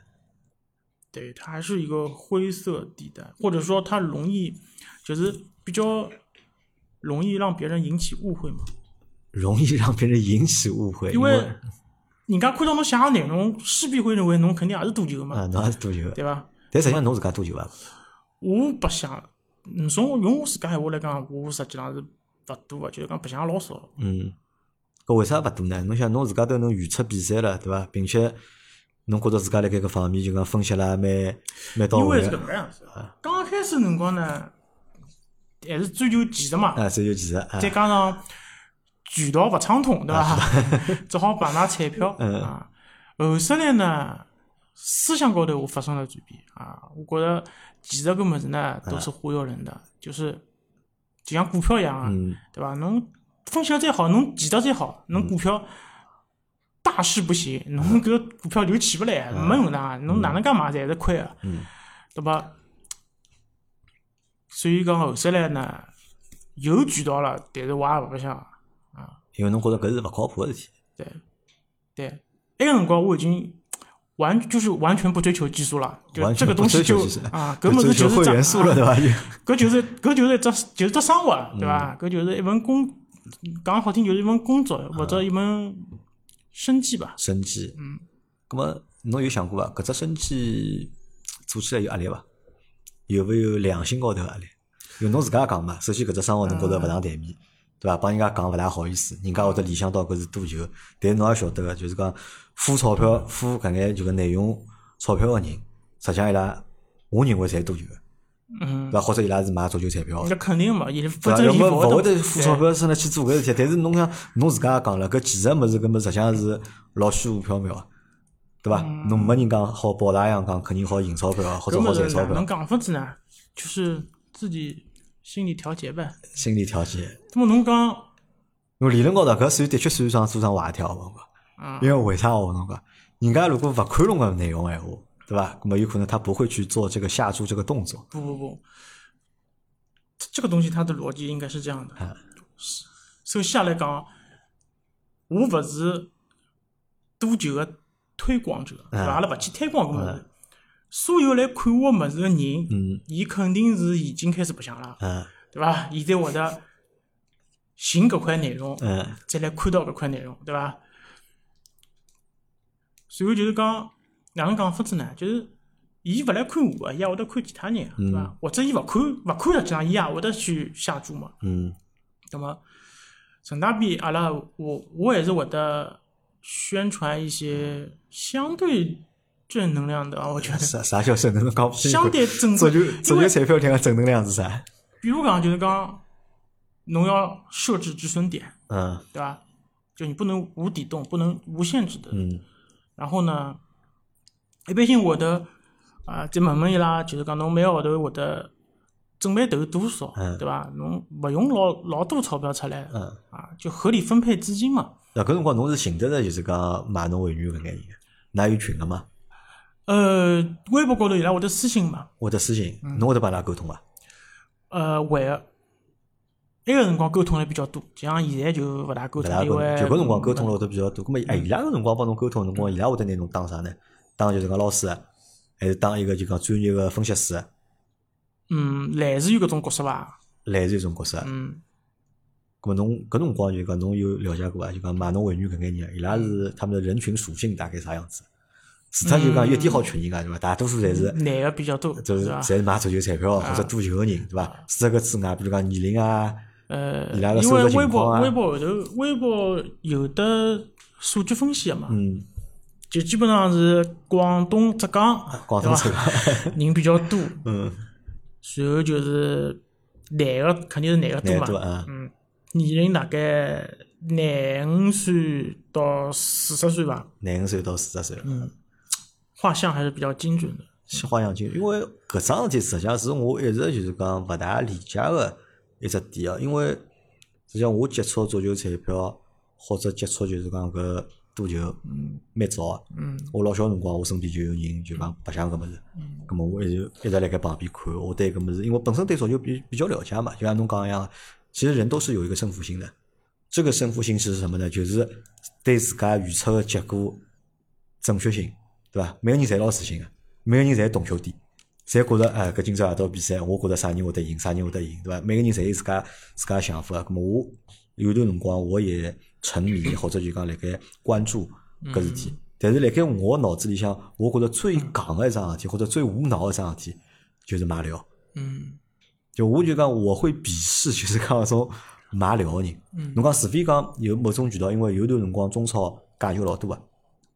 Speaker 2: 对，它还是一个灰色地带，或者说它容易，就是比较容易让别人引起误会嘛。
Speaker 1: 容易让别人引起误会，
Speaker 2: 因
Speaker 1: 因
Speaker 2: 为人家看到侬写个内容，势必会认为侬肯定也是多球个嘛，
Speaker 1: 啊，侬也是多球的，
Speaker 2: 对伐？
Speaker 1: 但实际上侬自家多球啊伐？
Speaker 2: 我白相，嗯，从用我自家闲话来讲，我实际上是勿多个，就是讲白相老少。
Speaker 1: 嗯，搿为啥勿多呢？侬想侬自家都能预测比赛了，对伐？并且侬觉着自家辣盖搿方面就讲分析了蛮蛮到
Speaker 2: 因
Speaker 1: 位
Speaker 2: 为是
Speaker 1: 的
Speaker 2: 搿，能样子，
Speaker 1: 啊
Speaker 2: 刚开始辰光呢，还是追求技术嘛，
Speaker 1: 啊，这就其实啊，
Speaker 2: 再加上渠道勿畅通，对伐？ 只好碰上彩票
Speaker 1: 嗯
Speaker 2: 啊。后首来呢，思想高头我发生了转变啊，我觉着技术搿物事呢都是忽悠
Speaker 1: 啊
Speaker 2: 人的，就是就像股票一样啊，
Speaker 1: 嗯
Speaker 2: 对伐？侬分析得再好，侬技术再好，侬股票。大势不行，侬搿股票就起不来，
Speaker 1: 嗯
Speaker 2: 没用的啊！侬哪能干嘛侪是亏啊，对伐？所以讲后首来呢，有渠道了，但是我也勿白相。
Speaker 1: 因为侬觉着搿是勿靠谱个事体，
Speaker 2: 对，对，那个辰光我已经，完就是完全不追求技术了，就
Speaker 1: 完
Speaker 2: 这
Speaker 1: 全
Speaker 2: 个
Speaker 1: 不
Speaker 2: 东西
Speaker 1: 追求
Speaker 2: 就
Speaker 1: 技术
Speaker 2: 啊，搿
Speaker 1: 搿
Speaker 2: 么
Speaker 1: 追
Speaker 2: 子就
Speaker 1: 求
Speaker 2: 是
Speaker 1: 会
Speaker 2: 只
Speaker 1: 元素了，
Speaker 2: 啊
Speaker 1: 对伐？就
Speaker 2: 搿就是搿就是只就是只生活，
Speaker 1: 嗯
Speaker 2: 对伐？搿就是一份工，讲好听就是一份工
Speaker 1: 嗯
Speaker 2: 作或者一门生计吧。
Speaker 1: 生计。嗯。咁么，侬有想过伐？搿只生计做起来有压力伐？有没有良心高头压力？因为侬自家也讲嘛，首先搿只生活侬觉着勿上台面，对伐？帮人家讲勿大好意思，人家会得联想到搿是多求。但是侬也晓得个，就是讲付钞票、付搿眼就搿内容钞票个人，实际上伊拉，我认为侪多求个，
Speaker 2: 嗯
Speaker 1: 对，伐？或者伊拉是买足球彩票的。
Speaker 2: 那肯定嘛，也不
Speaker 1: 嗯对伐？啊
Speaker 2: 挣
Speaker 1: 要
Speaker 2: 钱
Speaker 1: 么勿
Speaker 2: 会
Speaker 1: 会
Speaker 2: 得
Speaker 1: 得付钞票上来去做搿事体。但是侬想，侬自家也讲了，搿技术物事搿么实际上是老虚无缥缈个，对伐？侬没人讲好宝大一样讲，肯定好赢钞票啊或者
Speaker 2: 嗯搿
Speaker 1: 好
Speaker 2: 么
Speaker 1: 赚
Speaker 2: 子
Speaker 1: 钞
Speaker 2: 哪能
Speaker 1: 票，
Speaker 2: 讲法子呢？就是自己心理调节呗。
Speaker 1: 心理调节。
Speaker 2: 那么侬讲
Speaker 1: 因为理论高头搿算的确算上做上坏一条我讲
Speaker 2: 啊，
Speaker 1: 因为为啥我侬讲，人家如果勿看懂搿内容闲话，对伐？搿么有可能他不会去做这个下注这个动作。
Speaker 2: 不不不，这这个东西它的逻辑应该是这样的。
Speaker 1: 啊
Speaker 2: 首先来讲，我勿是多久个推广者，对伐？阿拉勿去推广搿物事。所有来看我物事个人，伊肯定是已经开始白相了，
Speaker 1: 嗯
Speaker 2: 对伐？现在会得寻搿块内容，
Speaker 1: 嗯
Speaker 2: 再来看到搿块内容，对伐？随后就是讲哪能讲法子呢？就是伊勿来看我，伊也会得看其他人，对伐？或者伊勿看勿看实际上伊也会得去下注嘛。
Speaker 1: 嗯
Speaker 2: 那么陈大比阿拉我我也是会得宣传一些相对正能量的啊，我觉得
Speaker 1: 啥啥叫正能量？讲不清楚
Speaker 2: 相对正
Speaker 1: 足球
Speaker 2: 因
Speaker 1: 足球
Speaker 2: 为
Speaker 1: 彩票里个正能量是啥？
Speaker 2: 比如讲就是讲，侬要设置止损点，
Speaker 1: 嗯
Speaker 2: 对吧？就你不能无底洞，不能无限制的。
Speaker 1: 嗯
Speaker 2: 然后呢，一般性会得啊，再问问伊拉，就是讲侬每个号头会得准备投多少，
Speaker 1: 嗯
Speaker 2: 对吧？侬勿用老老多钞票出来，
Speaker 1: 嗯。
Speaker 2: 啊，就合理分配资金嘛。
Speaker 1: 那搿辰光侬是寻得着，就是讲买侬会员搿眼人，㑚有群个嘛？
Speaker 2: 呃，微博高头伊拉会得私信嘛，
Speaker 1: 会得私信，
Speaker 2: 嗯
Speaker 1: 侬会得帮伊拉沟通伐？
Speaker 2: 呃，会个。那个辰光沟通的比较多，就像现在就勿大沟
Speaker 1: 勿
Speaker 2: 通
Speaker 1: 大，
Speaker 2: 因
Speaker 1: 沟
Speaker 2: 为嗯
Speaker 1: 通，就搿辰光沟通了会得比较多。葛末哎，伊拉搿辰光帮侬沟通的辰光，伊拉会得拿侬当啥呢？当就是讲老师啊，还是当一个就讲专业个分析师啊，
Speaker 2: 嗯，类似于搿种角色伐？
Speaker 1: 类似一种角色啊。
Speaker 2: 嗯，
Speaker 1: 葛末侬搿辰光就讲侬有了解过伐？就讲买侬会员搿眼人，伊拉
Speaker 2: 嗯
Speaker 1: 是他们的人群属性大概啥样子？除脱就讲有点好群人个对伐？大多数侪是
Speaker 2: 男个比较多，
Speaker 1: 就是
Speaker 2: 是啊伐？
Speaker 1: 侪是买足球彩票或者赌球个人对伐？除脱搿之外，比如讲年龄啊，
Speaker 2: 呃，
Speaker 1: 伊拉个
Speaker 2: 因
Speaker 1: 收
Speaker 2: 为
Speaker 1: 入情
Speaker 2: 微博、
Speaker 1: 况啊
Speaker 2: 微博后头，微博有的数据分析的啊嘛，
Speaker 1: 嗯，
Speaker 2: 就基本上是广东、浙江，
Speaker 1: 啊广
Speaker 2: 对
Speaker 1: 东
Speaker 2: 吧
Speaker 1: 这个。
Speaker 2: 人比较多，
Speaker 1: 嗯，
Speaker 2: 随后就是男个肯定是男个多
Speaker 1: 难
Speaker 2: 嘛，
Speaker 1: 度啊，嗯
Speaker 2: 年龄大概廿五岁到四十岁吧，
Speaker 1: 廿五岁到四十岁，嗯，
Speaker 2: 画像还是比较精准的。
Speaker 1: 新花样精，因为搿桩事体实际上是我一直就是讲勿大理解个一只点啊，因为实际上我接触足球彩票或者接触就是讲搿赌球，嗯，蛮早啊，
Speaker 2: 嗯，
Speaker 1: 我老小辰光我身边就有人就讲白相搿物事，嗯，葛末我一直一直辣盖旁边看，我对搿物事，因为本身对足球比比较了解嘛，就像侬讲一样，其实人都是有一个胜负心的，这个胜负心是什么呢？就是对自家预测的结果准确性，对伐？每个人侪老自信个，每个人侪懂球点，侪觉着哎，搿今朝夜到比赛，我觉着啥人会得赢，啥人会得赢，对伐？每个人侪有自家自家想法。咁么我有段辰光我也沉迷或者就讲辣盖关注搿事体，但是辣盖我脑子里向，我觉着最戆个一桩事体，或者最无脑个一桩事体，就是买聊。
Speaker 2: 嗯
Speaker 1: 就我就讲我会鄙视，就是讲那种买料个人。侬讲除非讲有某种渠道，因为有段辰光中超假球老多啊，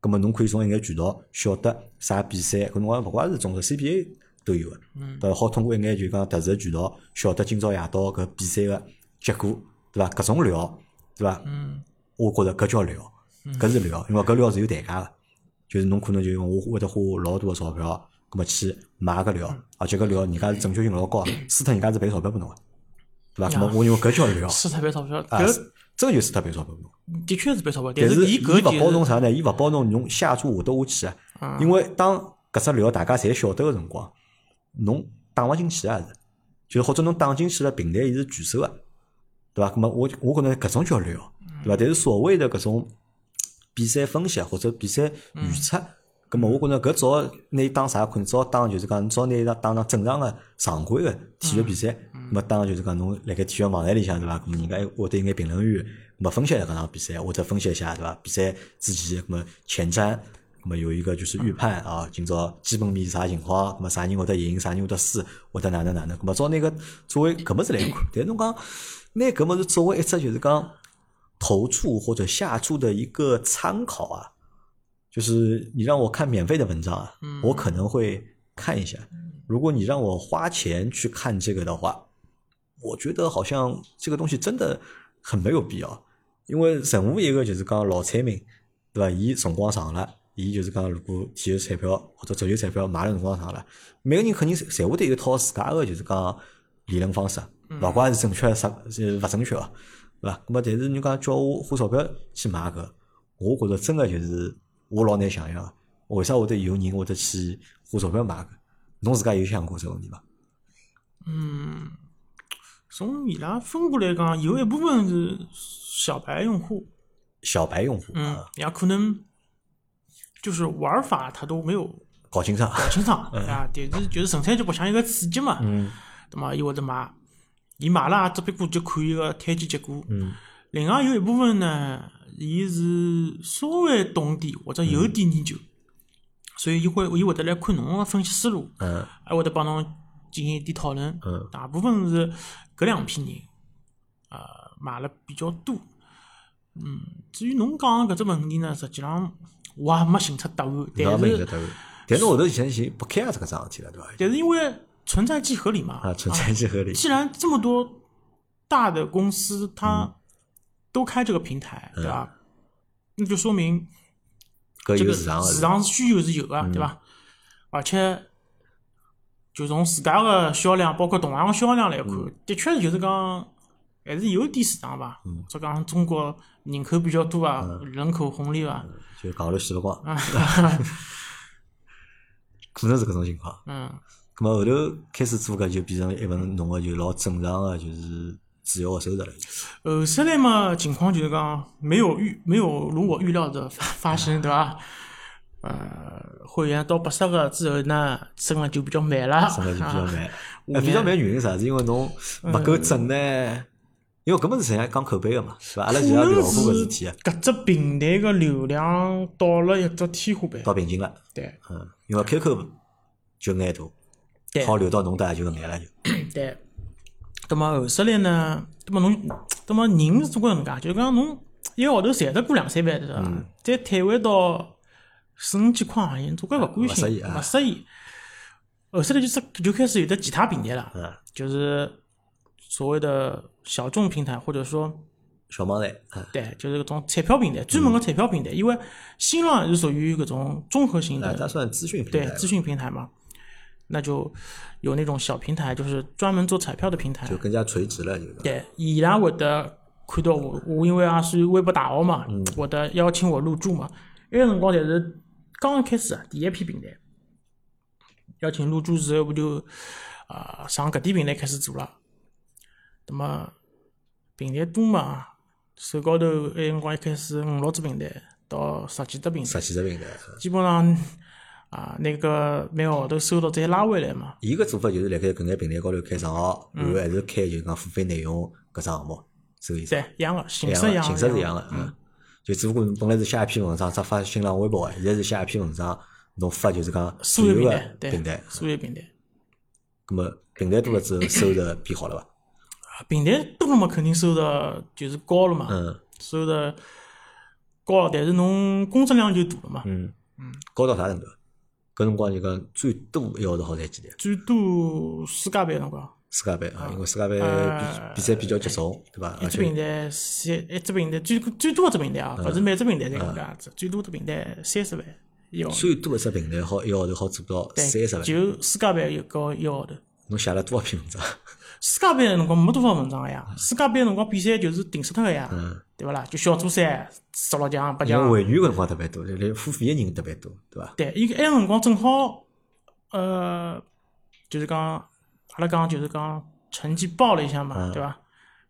Speaker 1: 葛末侬可以从一眼渠道晓得啥比赛，搿辰光勿怪是中超 CBA 都有个，啊对伐？好通过一眼就讲特殊渠道晓得今朝夜到搿比赛个结果，对伐？搿种料，对伐？
Speaker 2: 嗯
Speaker 1: 我觉着搿叫料，搿是料，因为搿料是有代价个，就是侬可能就用我会得花老多个钞票，葛末去买搿料，
Speaker 2: 嗯
Speaker 1: 而且搿料人家是正确性老高，除脱人家是赔钞票拨侬个，对伐？葛末我认为搿叫料，
Speaker 2: 是特别钞票，
Speaker 1: 啊
Speaker 2: 搿，
Speaker 1: 真就是脱赔钞票拨侬。
Speaker 2: 的确是特别钞票，
Speaker 1: 但
Speaker 2: 是
Speaker 1: 伊
Speaker 2: 伊搿
Speaker 1: 勿包
Speaker 2: 就
Speaker 1: 侬
Speaker 2: 是
Speaker 1: 啥呢？伊勿包侬侬下注下得下去啊，因为当搿只料大家侪晓得个辰光，侬打勿进去啊是，就是或者侬打进去了，平台伊是拒收个，对伐？咁么我我觉着搿种叫
Speaker 2: 嗯
Speaker 1: 料，对伐？但是所谓的搿种比赛分析或者比赛预测，咁么我觉着搿只好拿伊当啥看？只好当就是讲，只好拿伊当当当正常个常规个体育比赛。咁么当然就是讲，侬辣盖体育网站里向对伐？咁么人家会对眼评论员，咁么分析一下搿场比赛，或者分析一下对伐？比赛之前，咁么前瞻，咁么有一个就是预判啊，今朝基本面是啥情况？咁么啥人会得赢，啥人会得输，会得哪能哪能？咁么只好拿搿作为搿物事来看。但侬讲拿搿物事作为一只就是讲投注或者下注的一个参考啊。就是你让我看免费的文章啊，我可能会看一下。如果你让我花钱去看这个的话，我觉得好像这个东西真的很没有必要。因为任何一个就是讲老彩民，对伐？伊辰光长了，伊就是讲如果体育彩票或者足球彩票买了辰光长了，每个人肯定是侪会得有一套自家个就是讲理论方式，啊勿管是正确啥是勿正确哦，对伐？那么但是你讲叫我花钞票去买搿，我觉着真个就是我老难想象，啊为啥会得有人会得去花钞票买搿？侬自家有想过这个问题伐？
Speaker 2: 从伊拉分布来讲，有一部分是小白用户，
Speaker 1: 小白用户
Speaker 2: 嗯
Speaker 1: 啊，，
Speaker 2: 也可能就是玩法他都没有
Speaker 1: 搞清爽，
Speaker 2: 清爽，对伐？但是就是纯粹就白相一个刺激嘛，对嘛？伊会得买，伊买了也只不过就看一个统计结果。另外有一部分呢，伊是稍微懂点或者有点研究，所以伊会伊会得来看侬个分析思路，
Speaker 1: 嗯
Speaker 2: 还会得帮侬进行一点讨论。
Speaker 1: 嗯
Speaker 2: 大部分是搿两批人，呃，买了比较多。嗯，至于侬讲的搿只问题呢，实际上我也没寻出答案，
Speaker 1: 侬也
Speaker 2: 但
Speaker 1: 没
Speaker 2: 是
Speaker 1: 有得答案。但是后头现在已经不 care 这个桩事体了，对伐？
Speaker 2: 但是因为存在即合理嘛，
Speaker 1: 啊，存在即合理。
Speaker 2: 既然这么多大的公司
Speaker 1: 嗯
Speaker 2: 它都开这个平台，对吧？那就说明
Speaker 1: 搿
Speaker 2: 这
Speaker 1: 有
Speaker 2: 个
Speaker 1: 市场个
Speaker 2: 市场需求是有
Speaker 1: 嗯
Speaker 2: 的，对吧？而且就从自家的销量，包括同行的销量来看，
Speaker 1: 嗯
Speaker 2: 的确就是讲还是有点市场吧。
Speaker 1: 嗯
Speaker 2: 或者讲中国人口比较多啊，人口红利啊，
Speaker 1: 就戆流死了光，
Speaker 2: 啊，
Speaker 1: 可能是搿种情况。
Speaker 2: 嗯
Speaker 1: 咁么后头开始做搿就变成一份侬个就老正常个就是主要个收入了。
Speaker 2: 后首来呃嘛，情况就是讲没有预没有如我预料的发发生，对伐？呃，会员到八十个之后呢，升了就比较慢 了，
Speaker 1: 真个就比较
Speaker 2: 啊
Speaker 1: 慢。呃比较慢原因是啥？是因为侬
Speaker 2: 嗯
Speaker 1: 勿够准呢？因为搿么是人家讲口碑个嘛，是伐？阿拉
Speaker 2: 可
Speaker 1: 其实也
Speaker 2: 能
Speaker 1: 聊过搿事
Speaker 2: 是
Speaker 1: 体，啊
Speaker 2: 搿只平台个流量到了一只天花板，
Speaker 1: 到瓶颈了。
Speaker 2: 对
Speaker 1: 嗯，因为 QQ 就眼大，
Speaker 2: 对
Speaker 1: 好流到侬搭也就眼了就。
Speaker 2: 对。那么后首来呢，那么侬，那么人是总归搿能介，就是讲侬一个号头赚得过两三万，对
Speaker 1: 嗯
Speaker 2: 伐？再退回到四五千块行情，总归勿甘
Speaker 1: 勿适
Speaker 2: 心
Speaker 1: 宜，啊
Speaker 2: 勿适宜。后首来就是就开始有的其他平台了，
Speaker 1: 嗯，
Speaker 2: 就是所谓的小众平台，或者说
Speaker 1: 小网站，嗯
Speaker 2: 对，就是搿种彩票平台，专门个彩票平台。因为新浪是属于搿种综合性
Speaker 1: 啊，
Speaker 2: 的
Speaker 1: 它算资讯平
Speaker 2: 对
Speaker 1: 台吧，
Speaker 2: 资讯平台嘛，那就有那种小平台，就是专门做彩票的平台
Speaker 1: 就。更加垂直了，就是。
Speaker 2: 对，伊拉会得看到我，我因为也是微博大号嘛，
Speaker 1: 嗯
Speaker 2: 会得邀请我入驻嘛。那个辰光才是刚刚开始啊，第一批平台邀请入驻之后，不就啊、上搿点平台开始做了。那么平台多嘛，手高头那个辰光一开始五六只平台到十几只平台
Speaker 1: 十，几只平台。嗯
Speaker 2: 基本上啊、那个每个号头收入再拉回来嘛。
Speaker 1: 伊个做法就是辣盖搿眼平台高头开账号，然后还是开就是讲付费内容搿只项目，是搿意思
Speaker 2: 嗯对
Speaker 1: 伐？，
Speaker 2: 一样的，形
Speaker 1: 一
Speaker 2: 式
Speaker 1: 样
Speaker 2: 一样
Speaker 1: 的，
Speaker 2: 的，
Speaker 1: 形式是一样的，嗯。就只不过本来是写一篇文章，只发新浪微博，现在是写一篇文章，侬发就是讲
Speaker 2: 所有平
Speaker 1: 个
Speaker 2: 台，对
Speaker 1: 平台，，
Speaker 2: 所有平台，
Speaker 1: 咁么平台多了之后，收入变好了伐？
Speaker 2: 啊平台多了嘛，肯定收入就是高了嘛，
Speaker 1: 嗯，
Speaker 2: 收入高了，但是侬工作量就大了嘛，
Speaker 1: 嗯高到啥程度？搿辰光就讲最多一个号头好赚几钿？
Speaker 2: 最多世界杯辰光，
Speaker 1: 世界杯啊，因为世界杯
Speaker 2: 呃
Speaker 1: 比比赛比较集中，对伐？
Speaker 2: 一
Speaker 1: 而
Speaker 2: 只
Speaker 1: 且
Speaker 2: 平台三，一只平台最最多一只平台啊，
Speaker 1: 嗯
Speaker 2: 勿是每只平台侪搿能介子，最多一只平台三十万一个号头，
Speaker 1: 最多一只平台好一个号头好做到
Speaker 2: 对
Speaker 1: 三十万。
Speaker 2: 就世界杯有高一个号头。
Speaker 1: 侬写了多少篇 文章？
Speaker 2: 世界杯的辰光没多少文章个呀，世界杯的辰光比赛就是停死脱个呀，对勿啦？就小组赛十六强、八
Speaker 1: 嗯因
Speaker 2: 强，
Speaker 1: 为会员搿辰光特别多，就来付费个人特别多，对伐？
Speaker 2: 对，伊个埃个辰光正好，呃，就是讲阿拉讲就是讲成绩爆了一下嘛，
Speaker 1: 嗯
Speaker 2: 对伐？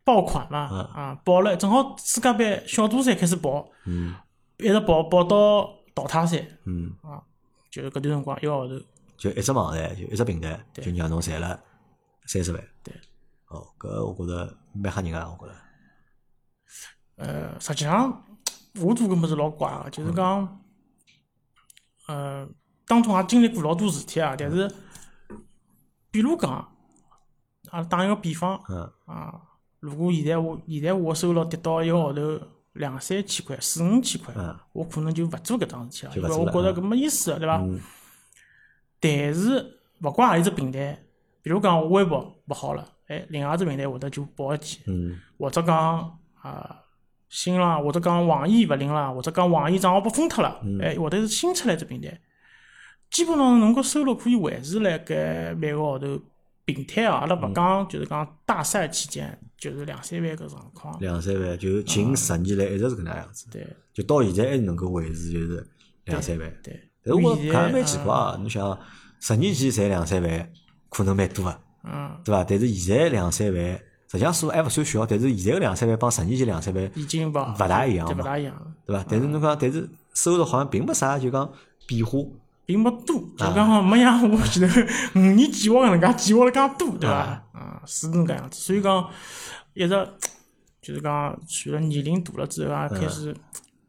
Speaker 2: 爆款嘛，啊，爆了，正好世界嗯杯小组赛开始爆，一直爆爆到淘汰赛，
Speaker 1: 嗯，
Speaker 2: 啊，就是搿段辰光一个号头，
Speaker 1: 就一只网站，就一只平台，就让侬赚了三十万。
Speaker 2: 对。
Speaker 1: 哦，搿我觉着蛮吓人啊，我觉着。
Speaker 2: 呃，实际上我做搿物事老怪个，就是
Speaker 1: 嗯
Speaker 2: 讲，呃，当中也经历过老多事体啊，但
Speaker 1: 嗯
Speaker 2: 是，比如讲，啊，打一个比方，
Speaker 1: 嗯
Speaker 2: 啊，如果现在我现在我收入跌到一个号头两三千块、四五千块，
Speaker 1: 嗯
Speaker 2: 我可能就勿做搿桩事体了，
Speaker 1: 就
Speaker 2: 因
Speaker 1: 勿
Speaker 2: 为
Speaker 1: 做
Speaker 2: 我
Speaker 1: 了
Speaker 2: 觉着
Speaker 1: 嗯
Speaker 2: 搿没意思个，对伐？但是勿怪何一只平台，比如讲我微博勿好了，哎，另外一只平台会得就爆一记，
Speaker 1: 嗯
Speaker 2: 或者讲啊新浪，或者讲网易勿灵了，或者讲网易账号被封脱了，
Speaker 1: 嗯
Speaker 2: 哎，或者是新出来一只平台，基本上侬个收入可以维持辣盖每个号头平摊
Speaker 1: 嗯
Speaker 2: 啊，阿拉勿讲就是讲大赛期间就是两三万搿状况，
Speaker 1: 两三万，就近十年来一直是搿能样子，
Speaker 2: 对
Speaker 1: 就到现在还能够维持就是两三万。
Speaker 2: 对。
Speaker 1: 但是我
Speaker 2: 现
Speaker 1: 觉
Speaker 2: 在
Speaker 1: 着蛮奇怪，啊！侬想，十年前赚两三万，可能蛮多个，
Speaker 2: 嗯，
Speaker 1: 对伐？但是现在两三万，实际上数还勿算小，但是现在个两三万帮十年前两三万，
Speaker 2: 已经勿勿
Speaker 1: 大一样
Speaker 2: 对
Speaker 1: 嘛
Speaker 2: 勿大一样了，
Speaker 1: 对伐？但是侬讲，但是收入好像并没啥，就讲变化。
Speaker 2: 并没多，就讲没像我嗯前头五年计划搿能介计划了介多，对伐
Speaker 1: 啊？
Speaker 2: 啊，是搿能介样子，所以讲一直就是讲随着年龄大了之后啊，开始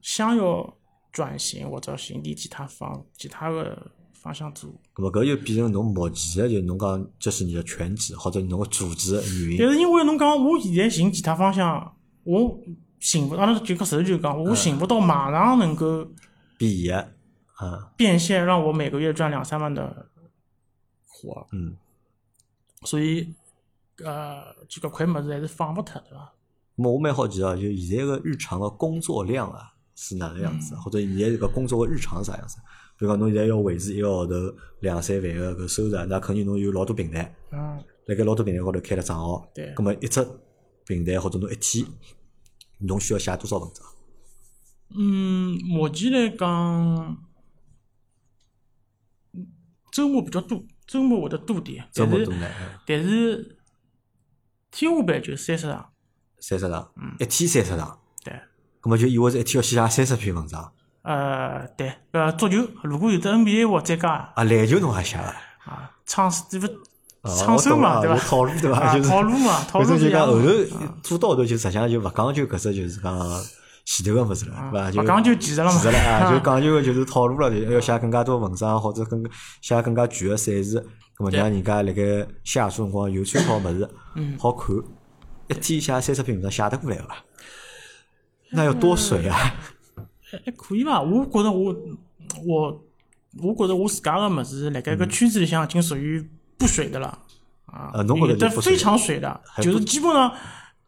Speaker 2: 想要转型或者寻点其他方其他个方向做，
Speaker 1: 咁么搿就变成侬目前个，就侬讲，这是你的全职或者侬个主职的原因
Speaker 2: 但。是因为侬讲我现在寻其他方向，我寻勿，阿拉就讲实事求是讲，我寻勿到马上能够
Speaker 1: 比伊个，啊，
Speaker 2: 变现让我每个月赚两三万的活儿，
Speaker 1: 嗯，
Speaker 2: 所以呃，就搿块物事还是放勿脱，对伐？
Speaker 1: 咁么我蛮好奇啊，就现在个日常个工作量啊是哪能样子
Speaker 2: 嗯
Speaker 1: 啊，或者现在搿工作个日常是啥样子？啊比如讲，侬现在要维持一个号头两三万个搿收入啊，那肯定侬有老多平台，
Speaker 2: 嗯，
Speaker 1: 辣盖老多平台高头开了账号，
Speaker 2: 对
Speaker 1: 咁么一只平台或者侬一天，侬需要写多少文章？
Speaker 2: 嗯，目前来讲，周末比较多，周末会得多点，
Speaker 1: 周
Speaker 2: 但
Speaker 1: 末多
Speaker 2: 是
Speaker 1: 难，嗯
Speaker 2: 但是天花板就三十场，
Speaker 1: 三十场，
Speaker 2: 嗯
Speaker 1: 一天三十场，
Speaker 2: 对，
Speaker 1: 咁么就意味着一天要写三十篇文章。
Speaker 2: 呃，对，呃，足球如果有的 NBA 活再加
Speaker 1: 啊，篮球侬也写啊？
Speaker 2: 啊，创这不
Speaker 1: 啊
Speaker 2: 创
Speaker 1: 我
Speaker 2: 收
Speaker 1: 懂
Speaker 2: 嘛，
Speaker 1: 啊
Speaker 2: 对
Speaker 1: 我
Speaker 2: 伐？
Speaker 1: 套路对伐？
Speaker 2: 啊
Speaker 1: 就是
Speaker 2: 套路嘛套路
Speaker 1: 反正
Speaker 2: 是
Speaker 1: 就
Speaker 2: 一样
Speaker 1: 讲后
Speaker 2: 的
Speaker 1: 头做到后头，就实际上就勿讲究搿只就是讲前头个物事了，对伐？就
Speaker 2: 勿啊讲究技术了嘛
Speaker 1: 技术了 啊，就讲究个就是套路了，就要写更加多文章或者更写更加全个赛事，葛么让人家辣盖写书辰光有参考物事，
Speaker 2: 嗯
Speaker 1: 好看。一天写三十篇文章写得过来伐？那要多水啊！
Speaker 2: 还还 可以伐？我觉着我我我觉着我自家个物事，辣盖
Speaker 1: 嗯
Speaker 2: 搿圈子里向已经属于不水的了 啊
Speaker 1: 啊，侬觉得
Speaker 2: 有的
Speaker 1: 就不水
Speaker 2: 非常水的，
Speaker 1: 还
Speaker 2: 就
Speaker 1: 不
Speaker 2: 是基本上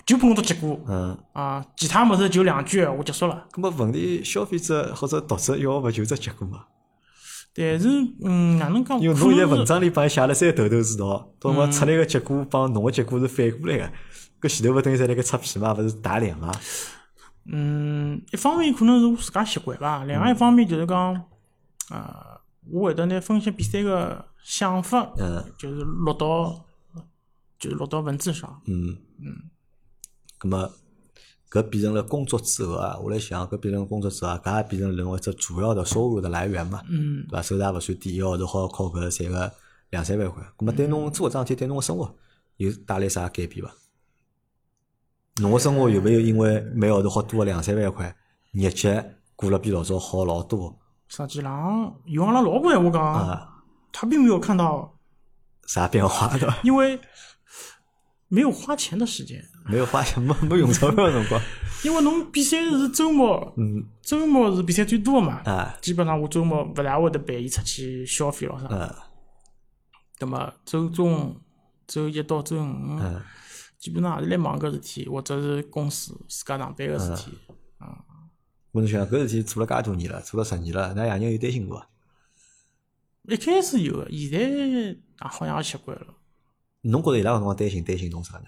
Speaker 2: 就碰到结果
Speaker 1: 嗯，
Speaker 2: 啊，其他物事就两句闲话结束了。
Speaker 1: 葛么问题消费者或者读者要勿就只结果嘛？
Speaker 2: 但是嗯，哪能讲？
Speaker 1: 因为
Speaker 2: 可
Speaker 1: 侬现在
Speaker 2: 能
Speaker 1: 文
Speaker 2: 是嗯
Speaker 1: 章里帮伊写了三头头是道，到么出来个结果帮侬个结果是反过来个，搿前头勿等于在辣盖擦皮嘛，勿是打脸嘛？
Speaker 2: 嗯，一方面可能是我自家习惯吧，另外一方面就是讲啊，我会得拿分析比赛个想法，
Speaker 1: 嗯
Speaker 2: 就是落到就是落到文字上。
Speaker 1: 嗯嗯，葛么搿变成了工作之后啊，我来想搿变成工作之后啊，搿也变成人为一只主要的收入的来源嘛，
Speaker 2: 嗯，
Speaker 1: 对伐？收入也勿算低，一个号头好靠搿赚个两三万块，葛么对
Speaker 2: 嗯
Speaker 1: 侬做搿桩事体对侬个生活有带来啥改变伐？侬个生活有没有因为每个号头好多个两三万块，日节过了比老早好老多？
Speaker 2: 实际上用阿拉老婆闲话讲，
Speaker 1: 啊，
Speaker 2: 她并没有看到，
Speaker 1: 啥变化对伐？
Speaker 2: 因为没有花钱的时间，
Speaker 1: 没有花钱，没没用钞票的辰光，
Speaker 2: 因为侬比赛是周末，
Speaker 1: 嗯
Speaker 2: 周末是比赛最多的嘛，
Speaker 1: 啊
Speaker 2: 基本上我周末勿大会得陪伊出去消费咯啥。
Speaker 1: 啊
Speaker 2: 那么周中、周一到周五，
Speaker 1: 嗯
Speaker 2: 基本上也是来忙搿事体，或者是公司自家上班个事体。
Speaker 1: 啊我侬想搿事体做了介多年了，做了十年了，㑚爷娘有担心过伐？
Speaker 2: 一开始有个，现在也好像也习惯了，
Speaker 1: 侬觉着伊拉搿辰光担心担心侬啥呢？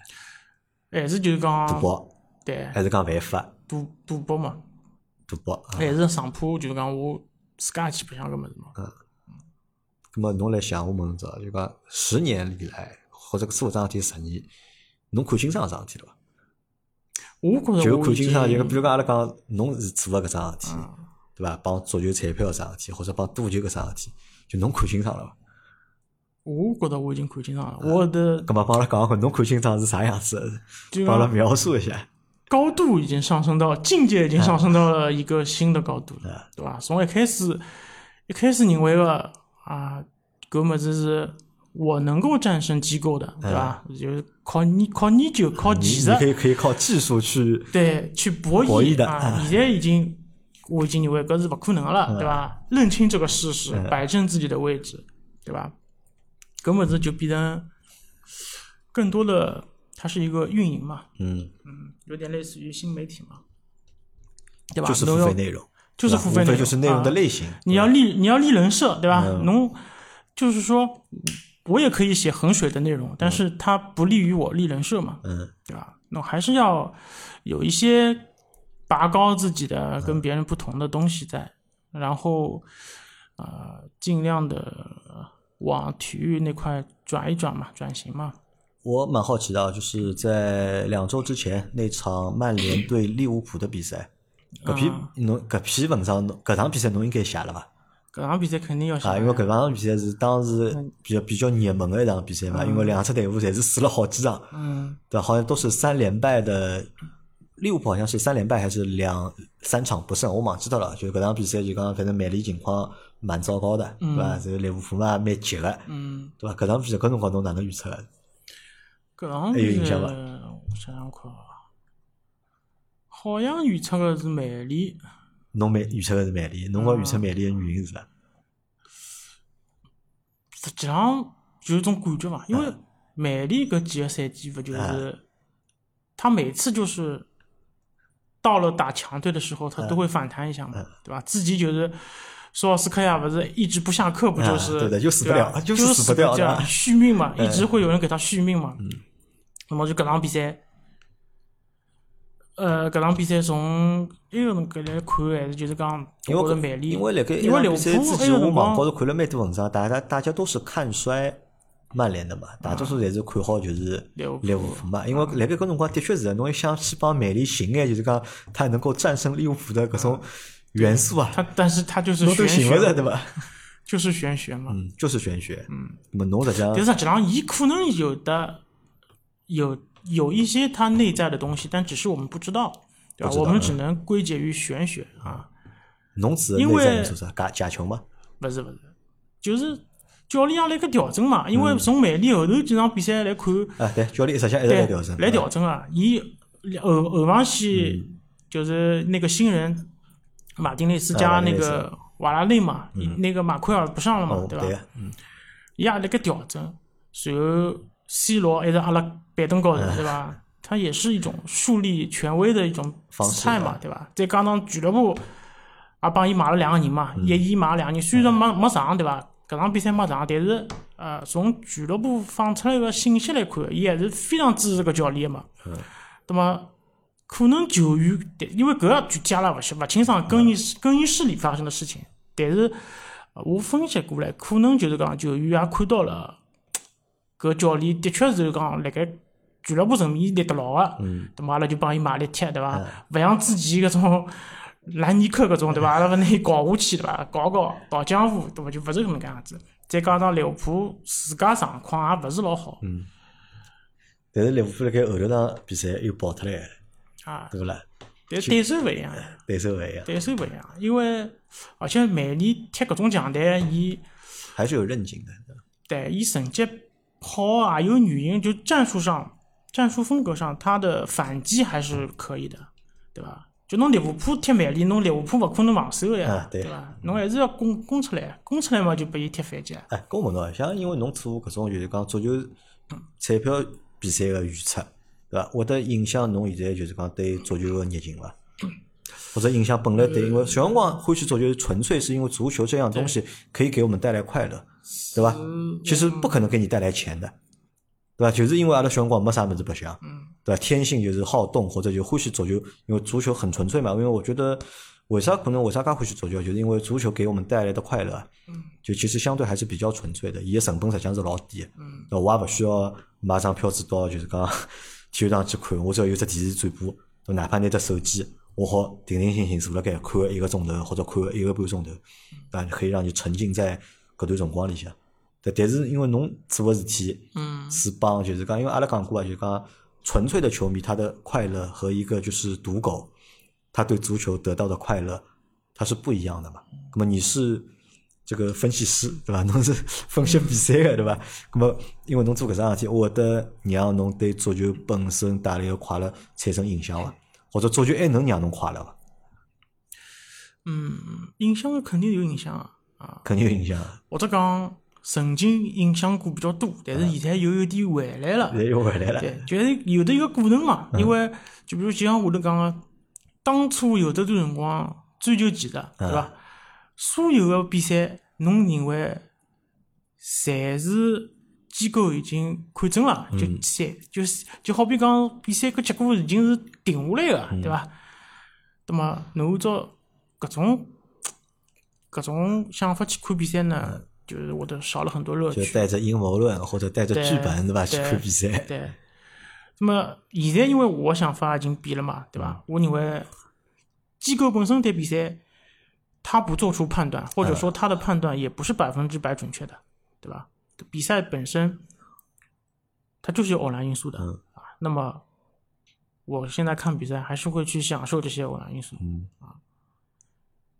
Speaker 2: 还是就是
Speaker 1: 赌
Speaker 2: 讲
Speaker 1: 博
Speaker 2: 对
Speaker 1: 还是讲犯法？
Speaker 2: 赌赌博嘛。
Speaker 1: 赌博啊？
Speaker 2: 还是上铺，就是讲我自家去白相搿物事嘛。
Speaker 1: 葛末侬来想，我问侬只，就讲十年以来或者做搿桩事体十年，侬看清爽搿桩事体了伐？
Speaker 2: 我觉着
Speaker 1: 就
Speaker 2: 我
Speaker 1: 看
Speaker 2: 已
Speaker 1: 清
Speaker 2: 经嗯
Speaker 1: 爽，就比如讲阿拉讲侬是做了搿桩事体，对伐？帮足球彩票啥事体，或者帮赌球搿啥事体，就侬看清爽了伐？
Speaker 2: 我觉得我已经看清爽了，我的
Speaker 1: 搿么帮阿拉讲讲，侬看清爽是啥样子？
Speaker 2: 就
Speaker 1: 帮阿拉描述一下。
Speaker 2: 高度已经上升到境界，已经上升到了
Speaker 1: 嗯
Speaker 2: 一个新的高度了，对吧？从一开始，一开始认为个啊，搿物事是我能够战胜机构的，对吧？就是靠研靠研究、靠技
Speaker 1: 你
Speaker 2: 术
Speaker 1: 嗯你，可以可以靠技术去
Speaker 2: 对，去博弈
Speaker 1: 博弈的
Speaker 2: 啊！现在已经，我已经认为搿是勿可能的了，对吧？
Speaker 1: 嗯
Speaker 2: 认清这个事实，摆正自己的位置，对吧？搿物事就变成更多的，它是一个运营嘛，
Speaker 1: 嗯，
Speaker 2: 有点类似于新媒体嘛，对吧？
Speaker 1: 就是
Speaker 2: 侬
Speaker 1: 付
Speaker 2: 要
Speaker 1: 费内容，
Speaker 2: 就
Speaker 1: 对
Speaker 2: 是
Speaker 1: 吧
Speaker 2: 付
Speaker 1: 无
Speaker 2: 费内
Speaker 1: 非
Speaker 2: 容，
Speaker 1: 就是内容的嗯
Speaker 2: 啊
Speaker 1: 类型。
Speaker 2: 你要立你要立人设，对吧？侬、就是说，我也可以写衡水的内容，但是它不利于我立人设嘛，
Speaker 1: 嗯，
Speaker 2: 对吧？那还是要有一些拔高自己的、跟别人不同的东西在，然后呃，尽量的往体育那块转一转嘛，转型嘛。
Speaker 1: 我蛮好奇的啊，就是在两周之前那场曼联对利物浦的比赛，搿篇侬搿篇文章侬搿场比赛侬应该写了吧？
Speaker 2: 搿场比赛肯定要写
Speaker 1: 啊，因为搿场比赛是当时比较比较热门的一场比赛嘛，因为两支队伍侪是输了好几场，
Speaker 2: 嗯，
Speaker 1: 对，好像都是三连败的。利物浦好像是三连败还是两三场不胜，我忘记掉了。就搿场比赛就讲，反正曼联情况蛮糟糕的，对伐？这个利物浦嘛蛮急的，
Speaker 2: 嗯，
Speaker 1: 对伐？搿场比赛搿辰光侬哪能预测的？
Speaker 2: 搿场
Speaker 1: 还有
Speaker 2: 比
Speaker 1: 印
Speaker 2: 赛
Speaker 1: 象伐
Speaker 2: 我想想看，啊，好像预测的是曼联，
Speaker 1: 侬没预测的是曼联，侬讲预测曼联的原因是啥？
Speaker 2: 实际上就是种感觉嘛，因
Speaker 1: 嗯
Speaker 2: 为曼联搿几个赛季勿就是，他每次就是到了打强队的时候，
Speaker 1: 嗯
Speaker 2: 他都会反弹一下嘛，对吧？自己就是。索尔斯克亚不是一直不下课，不就
Speaker 1: 啊
Speaker 2: 是
Speaker 1: 对的就死不了
Speaker 2: 吧
Speaker 1: 就
Speaker 2: 就是
Speaker 1: 死不
Speaker 2: 不
Speaker 1: 掉的嗯
Speaker 2: 掉续命嘛，一直会有人给他续命嘛。那么就搿场比赛，呃，搿场比赛从埃个侬搿来看，还是就是讲，
Speaker 1: 因
Speaker 2: 我
Speaker 1: 为
Speaker 2: 觉得曼联，
Speaker 1: 因为辣盖
Speaker 2: 因为利
Speaker 1: 利物
Speaker 2: 物浦
Speaker 1: 浦
Speaker 2: 埃
Speaker 1: 之
Speaker 2: 个
Speaker 1: 前，我
Speaker 2: 辰
Speaker 1: 网
Speaker 2: 光
Speaker 1: 高头看了蛮多文章，大家大家都是看衰曼联的嘛，大
Speaker 2: 啊
Speaker 1: 多数侪是看好就是
Speaker 2: 利
Speaker 1: 利
Speaker 2: 物浦
Speaker 1: 物浦
Speaker 2: 啊
Speaker 1: 嘛。因为辣盖搿辰光的确是啊的，侬一想去帮曼联寻眼，就是讲他能够战胜利物浦的搿种元素啊，
Speaker 2: 啊他，但是他就是
Speaker 1: 侬都
Speaker 2: 玄
Speaker 1: 寻勿着
Speaker 2: 学，
Speaker 1: 对伐？
Speaker 2: 就是玄学嘛。
Speaker 1: 嗯，就是玄学。嗯，那么侬实际上
Speaker 2: 但是实际上，伊可能有的有有一些他内在的东西，但只是我们不知道，对吧？
Speaker 1: 不知道嗯
Speaker 2: 我们只能归结于玄学啊，
Speaker 1: 侬指的
Speaker 2: 因
Speaker 1: 内
Speaker 2: 为
Speaker 1: 在因素是啥啊假假球嘛？
Speaker 2: 不是不是，就是教练也来个调整嘛。因
Speaker 1: 嗯
Speaker 2: 为从曼联后头几场比赛来看，
Speaker 1: 啊，对，教练实际上一直
Speaker 2: 对
Speaker 1: 在调整，嗯
Speaker 2: 来调整啊！伊后后防线就是那个新人马丁内斯加
Speaker 1: 啊马
Speaker 2: 那
Speaker 1: 丁内斯嗯
Speaker 2: 个瓦拉内嘛，那个马奎尔不上了嘛
Speaker 1: 哦，，
Speaker 2: 对
Speaker 1: 对
Speaker 2: 吧？
Speaker 1: 个，嗯
Speaker 2: 伊也辣盖调整，随后 C 罗还是阿拉板凳高头，对伐？他也是一种树立权威的一种
Speaker 1: 哎方
Speaker 2: 姿
Speaker 1: 式
Speaker 2: 态嘛，对伐？再加上俱乐部也帮伊买了两个人嘛，
Speaker 1: 嗯
Speaker 2: 一伊买了两个人，虽然没没上，对伐？搿场比赛没上，但是呃，从俱乐部放出来个信息来看，伊还是非常支持搿教练嘛。
Speaker 1: 嗯
Speaker 2: 那么可能球员，但因为搿个具体阿拉勿晓勿清爽更衣室更衣室里发生的事情，但是呃我分析过来，可能就是讲球员也看到了，搿教练的确是讲辣盖俱乐部层面立得牢个，对嘛？阿拉就帮伊买力踢，对伐？勿像之前搿种 兰尼克搿种，对伐？阿拉勿拿伊搞下去，对伐？搞搞倒江湖，对伐？就勿是搿能介样子。再加上利物浦自家状况也勿是老好，
Speaker 1: 但是利物浦辣盖后头场比赛又跑脱来了，
Speaker 2: 啊，
Speaker 1: 对勿啦？
Speaker 2: 但对手勿一样。
Speaker 1: 对手勿一样，
Speaker 2: 对手勿一样，因为而且曼联踢搿种强队，伊
Speaker 1: 还是有韧劲的。对吧
Speaker 2: 对伊成绩好啊也有原因，就战术上、战术风格上，他的反击还是可以的，对伐？就侬利物浦踢曼联，侬利物浦勿可能防守呀，
Speaker 1: 啊
Speaker 2: 对
Speaker 1: 对
Speaker 2: 伐？侬还是要攻攻出来，攻出来嘛就拨伊踢反击。啊
Speaker 1: 哎，跟我问侬，像因为侬做搿种就是讲足球彩票比赛个预测，对伐？会得影响侬现在就是讲对足球个热情伐？或者影响本来对，因为小辰光欢喜足球，纯粹是因为足球这样东西可以给我们带来快乐，对伐？其实不可能给你带来钱的，对伐？就是因为阿拉小辰光没啥物事白相，对伐？天性就是好动，或者就欢喜足球，因为足球很纯粹嘛。因为我觉得，为啥可能为啥介欢喜足球，就是因为足球给我们带来的快乐，啊就其实相对还是比较纯粹的，伊个成本实际上是老低的。那我也勿需要买 张票子到就是讲体育场去看，我只要有只电视转播，就哪怕拿只手机，我好定定心心坐辣盖看个一个钟头或者看个一个半钟头，那你可以让你沉浸在搿段辰光里向。但但是因为侬做个事体，
Speaker 2: 嗯，
Speaker 1: 是帮就是讲，因为阿拉讲过啊，就是讲纯粹的球迷他的快乐和一个就是赌狗，他对足球得到的快乐，他是不一样的嘛。那么你是这个分析师对吧？侬是分析比赛的对吧？那么因为侬做搿桩事体，会得让侬对足球本身带来的快乐产生影响伐？或者足球还能让侬快乐伐？
Speaker 2: 嗯，影响肯定有影响啊，啊，
Speaker 1: 肯定有影响啊，
Speaker 2: 或者讲曾经影响过比较多，但
Speaker 1: 啊
Speaker 2: 是现在又有点回来了。
Speaker 1: 现在又回来了。嗯
Speaker 2: 对，就是有的一个过程嘛，因为就比如就像我头讲个，当初有的段辰光追求技术，
Speaker 1: 嗯
Speaker 2: 对伐？所有个比赛，侬认为侪是机构已经看准了，就
Speaker 1: 嗯
Speaker 2: 赛就是就好比讲比赛搿结果已经是定下来个，
Speaker 1: 嗯
Speaker 2: 对伐？那么侬按照搿种搿种想法去看比赛呢，就是我得少了很多乐
Speaker 1: 嗯就
Speaker 2: 趣。
Speaker 1: 带着阴谋论或者带着剧本对吧去
Speaker 2: 对
Speaker 1: 看比赛，
Speaker 2: 对。那么现在因为我想法已经变了嘛，对吧？我认为机构本身对比赛，他不做出判断，或者说他的判断也不是百分之百准确的，对吧？比赛本身，它就是有偶然因素的、
Speaker 1: 嗯
Speaker 2: 啊。那么我现在看比赛还是会去享受这些偶然因素。
Speaker 1: 嗯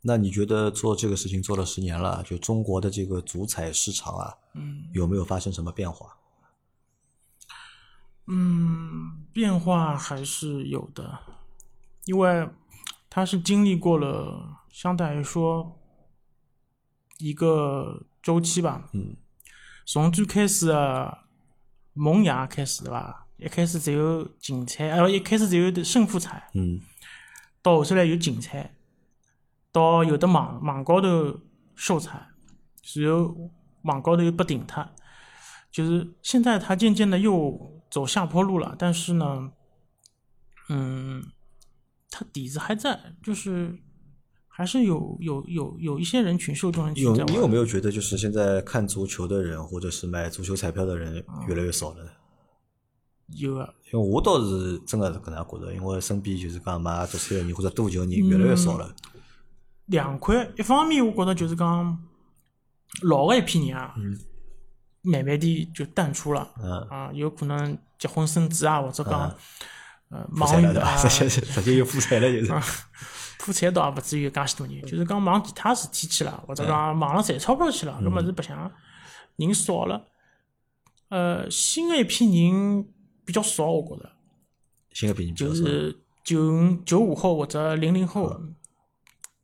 Speaker 1: 那你觉得做这个事情做了十年了，就中国的这个足彩市场啊，
Speaker 2: 嗯
Speaker 1: 有没有发生什么变化？
Speaker 2: 嗯，变化还是有的，因为它是经历过了相对来说一个周期吧。
Speaker 1: 嗯，
Speaker 2: 从最开始的萌芽开始对吧，一开始只有竞彩，呃，一开始只有胜负彩，
Speaker 1: 嗯
Speaker 2: 到后头来有竞彩，到有的网网高头售彩，然后网高头又被停它，就是现在它渐渐的又走下坡路了。但是呢，嗯，它底子还在，就是还是有有有有一些人群受众人群
Speaker 1: 有
Speaker 2: 在玩。
Speaker 1: 你有没有觉得就是现在看足球的人或者是买足球彩票的人
Speaker 2: 啊
Speaker 1: 越来越少了呢？
Speaker 2: 有啊，
Speaker 1: 因为我倒是真的是搿能介觉得，因为身边就是讲买足彩的人或者赌球的人越来越少
Speaker 2: 嗯
Speaker 1: 了。
Speaker 2: 两块，一方面我觉得就是讲老的一批人啊，慢慢地就淡出了。
Speaker 1: 嗯，
Speaker 2: 啊，有可能结婚生子啊，或者讲呃
Speaker 1: 复嗯
Speaker 2: 忙
Speaker 1: 彩了
Speaker 2: 于
Speaker 1: 对
Speaker 2: 啊
Speaker 1: 吧？，直接 直接又复彩了就是。
Speaker 2: 铺菜倒也勿至于介许多人，就是讲忙其他事体去了，或者
Speaker 1: 嗯
Speaker 2: 讲忙了赚钞票去了，搿物事白相，人少了。呃，新的一批人比较少，我觉着
Speaker 1: 新的比你比较
Speaker 2: 就
Speaker 1: 少。
Speaker 2: 是九五九五后或者零零后，
Speaker 1: 嗯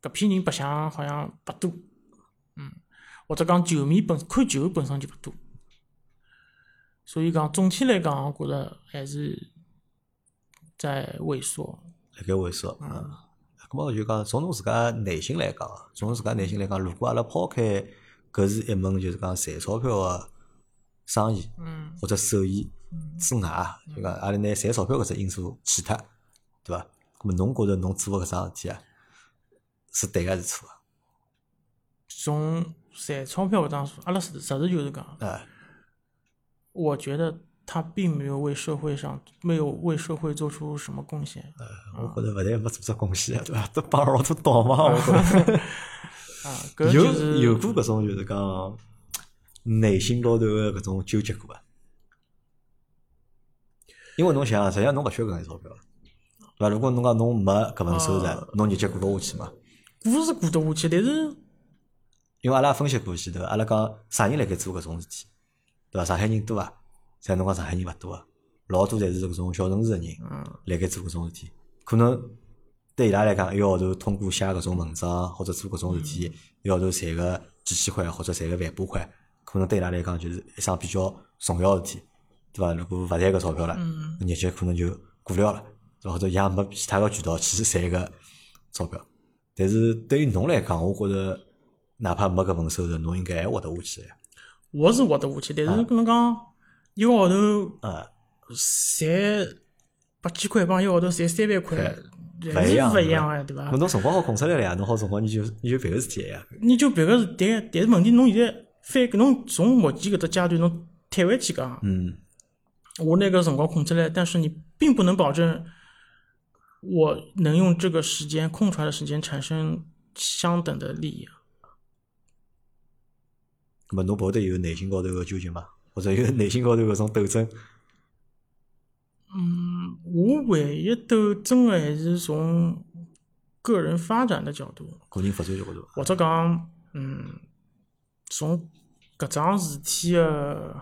Speaker 2: 搿批人白相好像勿多，嗯，或者讲球迷本看球本身就勿多，所以讲总体来讲，我觉着还是在萎缩。
Speaker 1: 辣盖萎缩啊。咁么就讲，从侬自家内心来讲啊，从侬自家内心来讲，如果阿拉抛开搿是一门就是讲赚钞票个生意
Speaker 2: 嗯
Speaker 1: 或者手艺之外啊，就讲阿拉拿赚钞票搿只因素去脱，对伐？咁么侬觉着侬做个搿桩事体啊，是对个还是错
Speaker 2: 从赚钞票搿桩事，阿拉实实事求是讲，
Speaker 1: 个？啊，
Speaker 2: 我觉得他并没有为社会上没有为社会做出什么贡献。
Speaker 1: 我觉着勿但没做出贡献，啊对伐？都帮老多倒忙，我觉着。
Speaker 2: 啊，搿
Speaker 1: 有
Speaker 2: 就是
Speaker 1: 有过搿种就是讲内心高头的搿种纠结过伐？因为侬想啊，实际上侬勿缺搿眼钞票，对伐？如果侬讲侬没搿份收入，
Speaker 2: 啊
Speaker 1: 侬日脚过勿下去嘛？
Speaker 2: 股是股得下去，但是
Speaker 1: 因为阿拉分析过去对伐？阿拉讲啥人辣盖做搿种事体，对伐？上海人多伐？像侬讲上海人勿多啊，老多侪是搿种小城市个人
Speaker 2: 嗯
Speaker 1: 辣盖做搿种事体，可能对伊拉来讲，一个号头通过写搿种文章或者做搿种事体，一个号头赚个几千块或者赚个万把块，可能对伊拉来讲就是一桩比较重要个事体，对伐？如果勿赚搿钞票了，
Speaker 2: 嗯
Speaker 1: 日脚可能就过不了了，对伐？或者也没其他个渠道去赚搿钞票。但是对于侬来讲，我觉着哪怕没搿份收入，侬应该还活得下去的呀。
Speaker 2: 我是活得下去，但是搿能讲一个号头
Speaker 1: 啊，
Speaker 2: 赚八千块，帮一个号头赚三万块，还
Speaker 1: 勿一
Speaker 2: 是
Speaker 1: 样
Speaker 2: 勿一样哎，对伐
Speaker 1: 咾？侬辰光好控制了呀，侬好辰光你就你就别个事体了呀。
Speaker 2: 你就别个是对，但是问题侬现在翻，侬从目前搿只阶段侬退回去讲，
Speaker 1: 嗯
Speaker 2: 我拿搿辰光控制了，但是你并不能保证我能用这个时间空出来的时间产生相等的利益。
Speaker 1: 那么侬不会得有内心高头个纠结吗？或者有内心高头搿种斗争？
Speaker 2: 嗯，我唯一斗争的还是从个人发展的角度，
Speaker 1: 个人发展角度，
Speaker 2: 或者讲，嗯，从搿桩事体的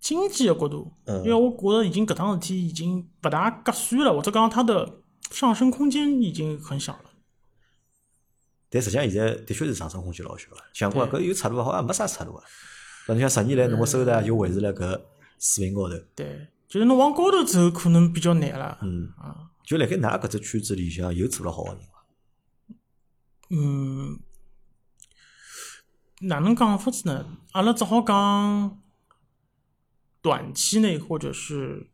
Speaker 2: 经济的角度，
Speaker 1: 嗯
Speaker 2: 因为我觉着已经搿桩事体已经不大合算了，或者讲它的上升空间已经很小了。
Speaker 1: 但实际上现在的确是上升空间老小了。想过啊搿有出路啊，好像没啥出路啊。那侬想十年来侬个收
Speaker 2: 嗯
Speaker 1: 入啊就维持辣搿水平高头，
Speaker 2: 对，就是侬往高头走可能比较难了。
Speaker 1: 嗯
Speaker 2: 啊，
Speaker 1: 就辣盖㑚搿只圈子里向有做了好个人伐？
Speaker 2: 嗯，哪能讲法子呢？阿拉只好讲短期内或者是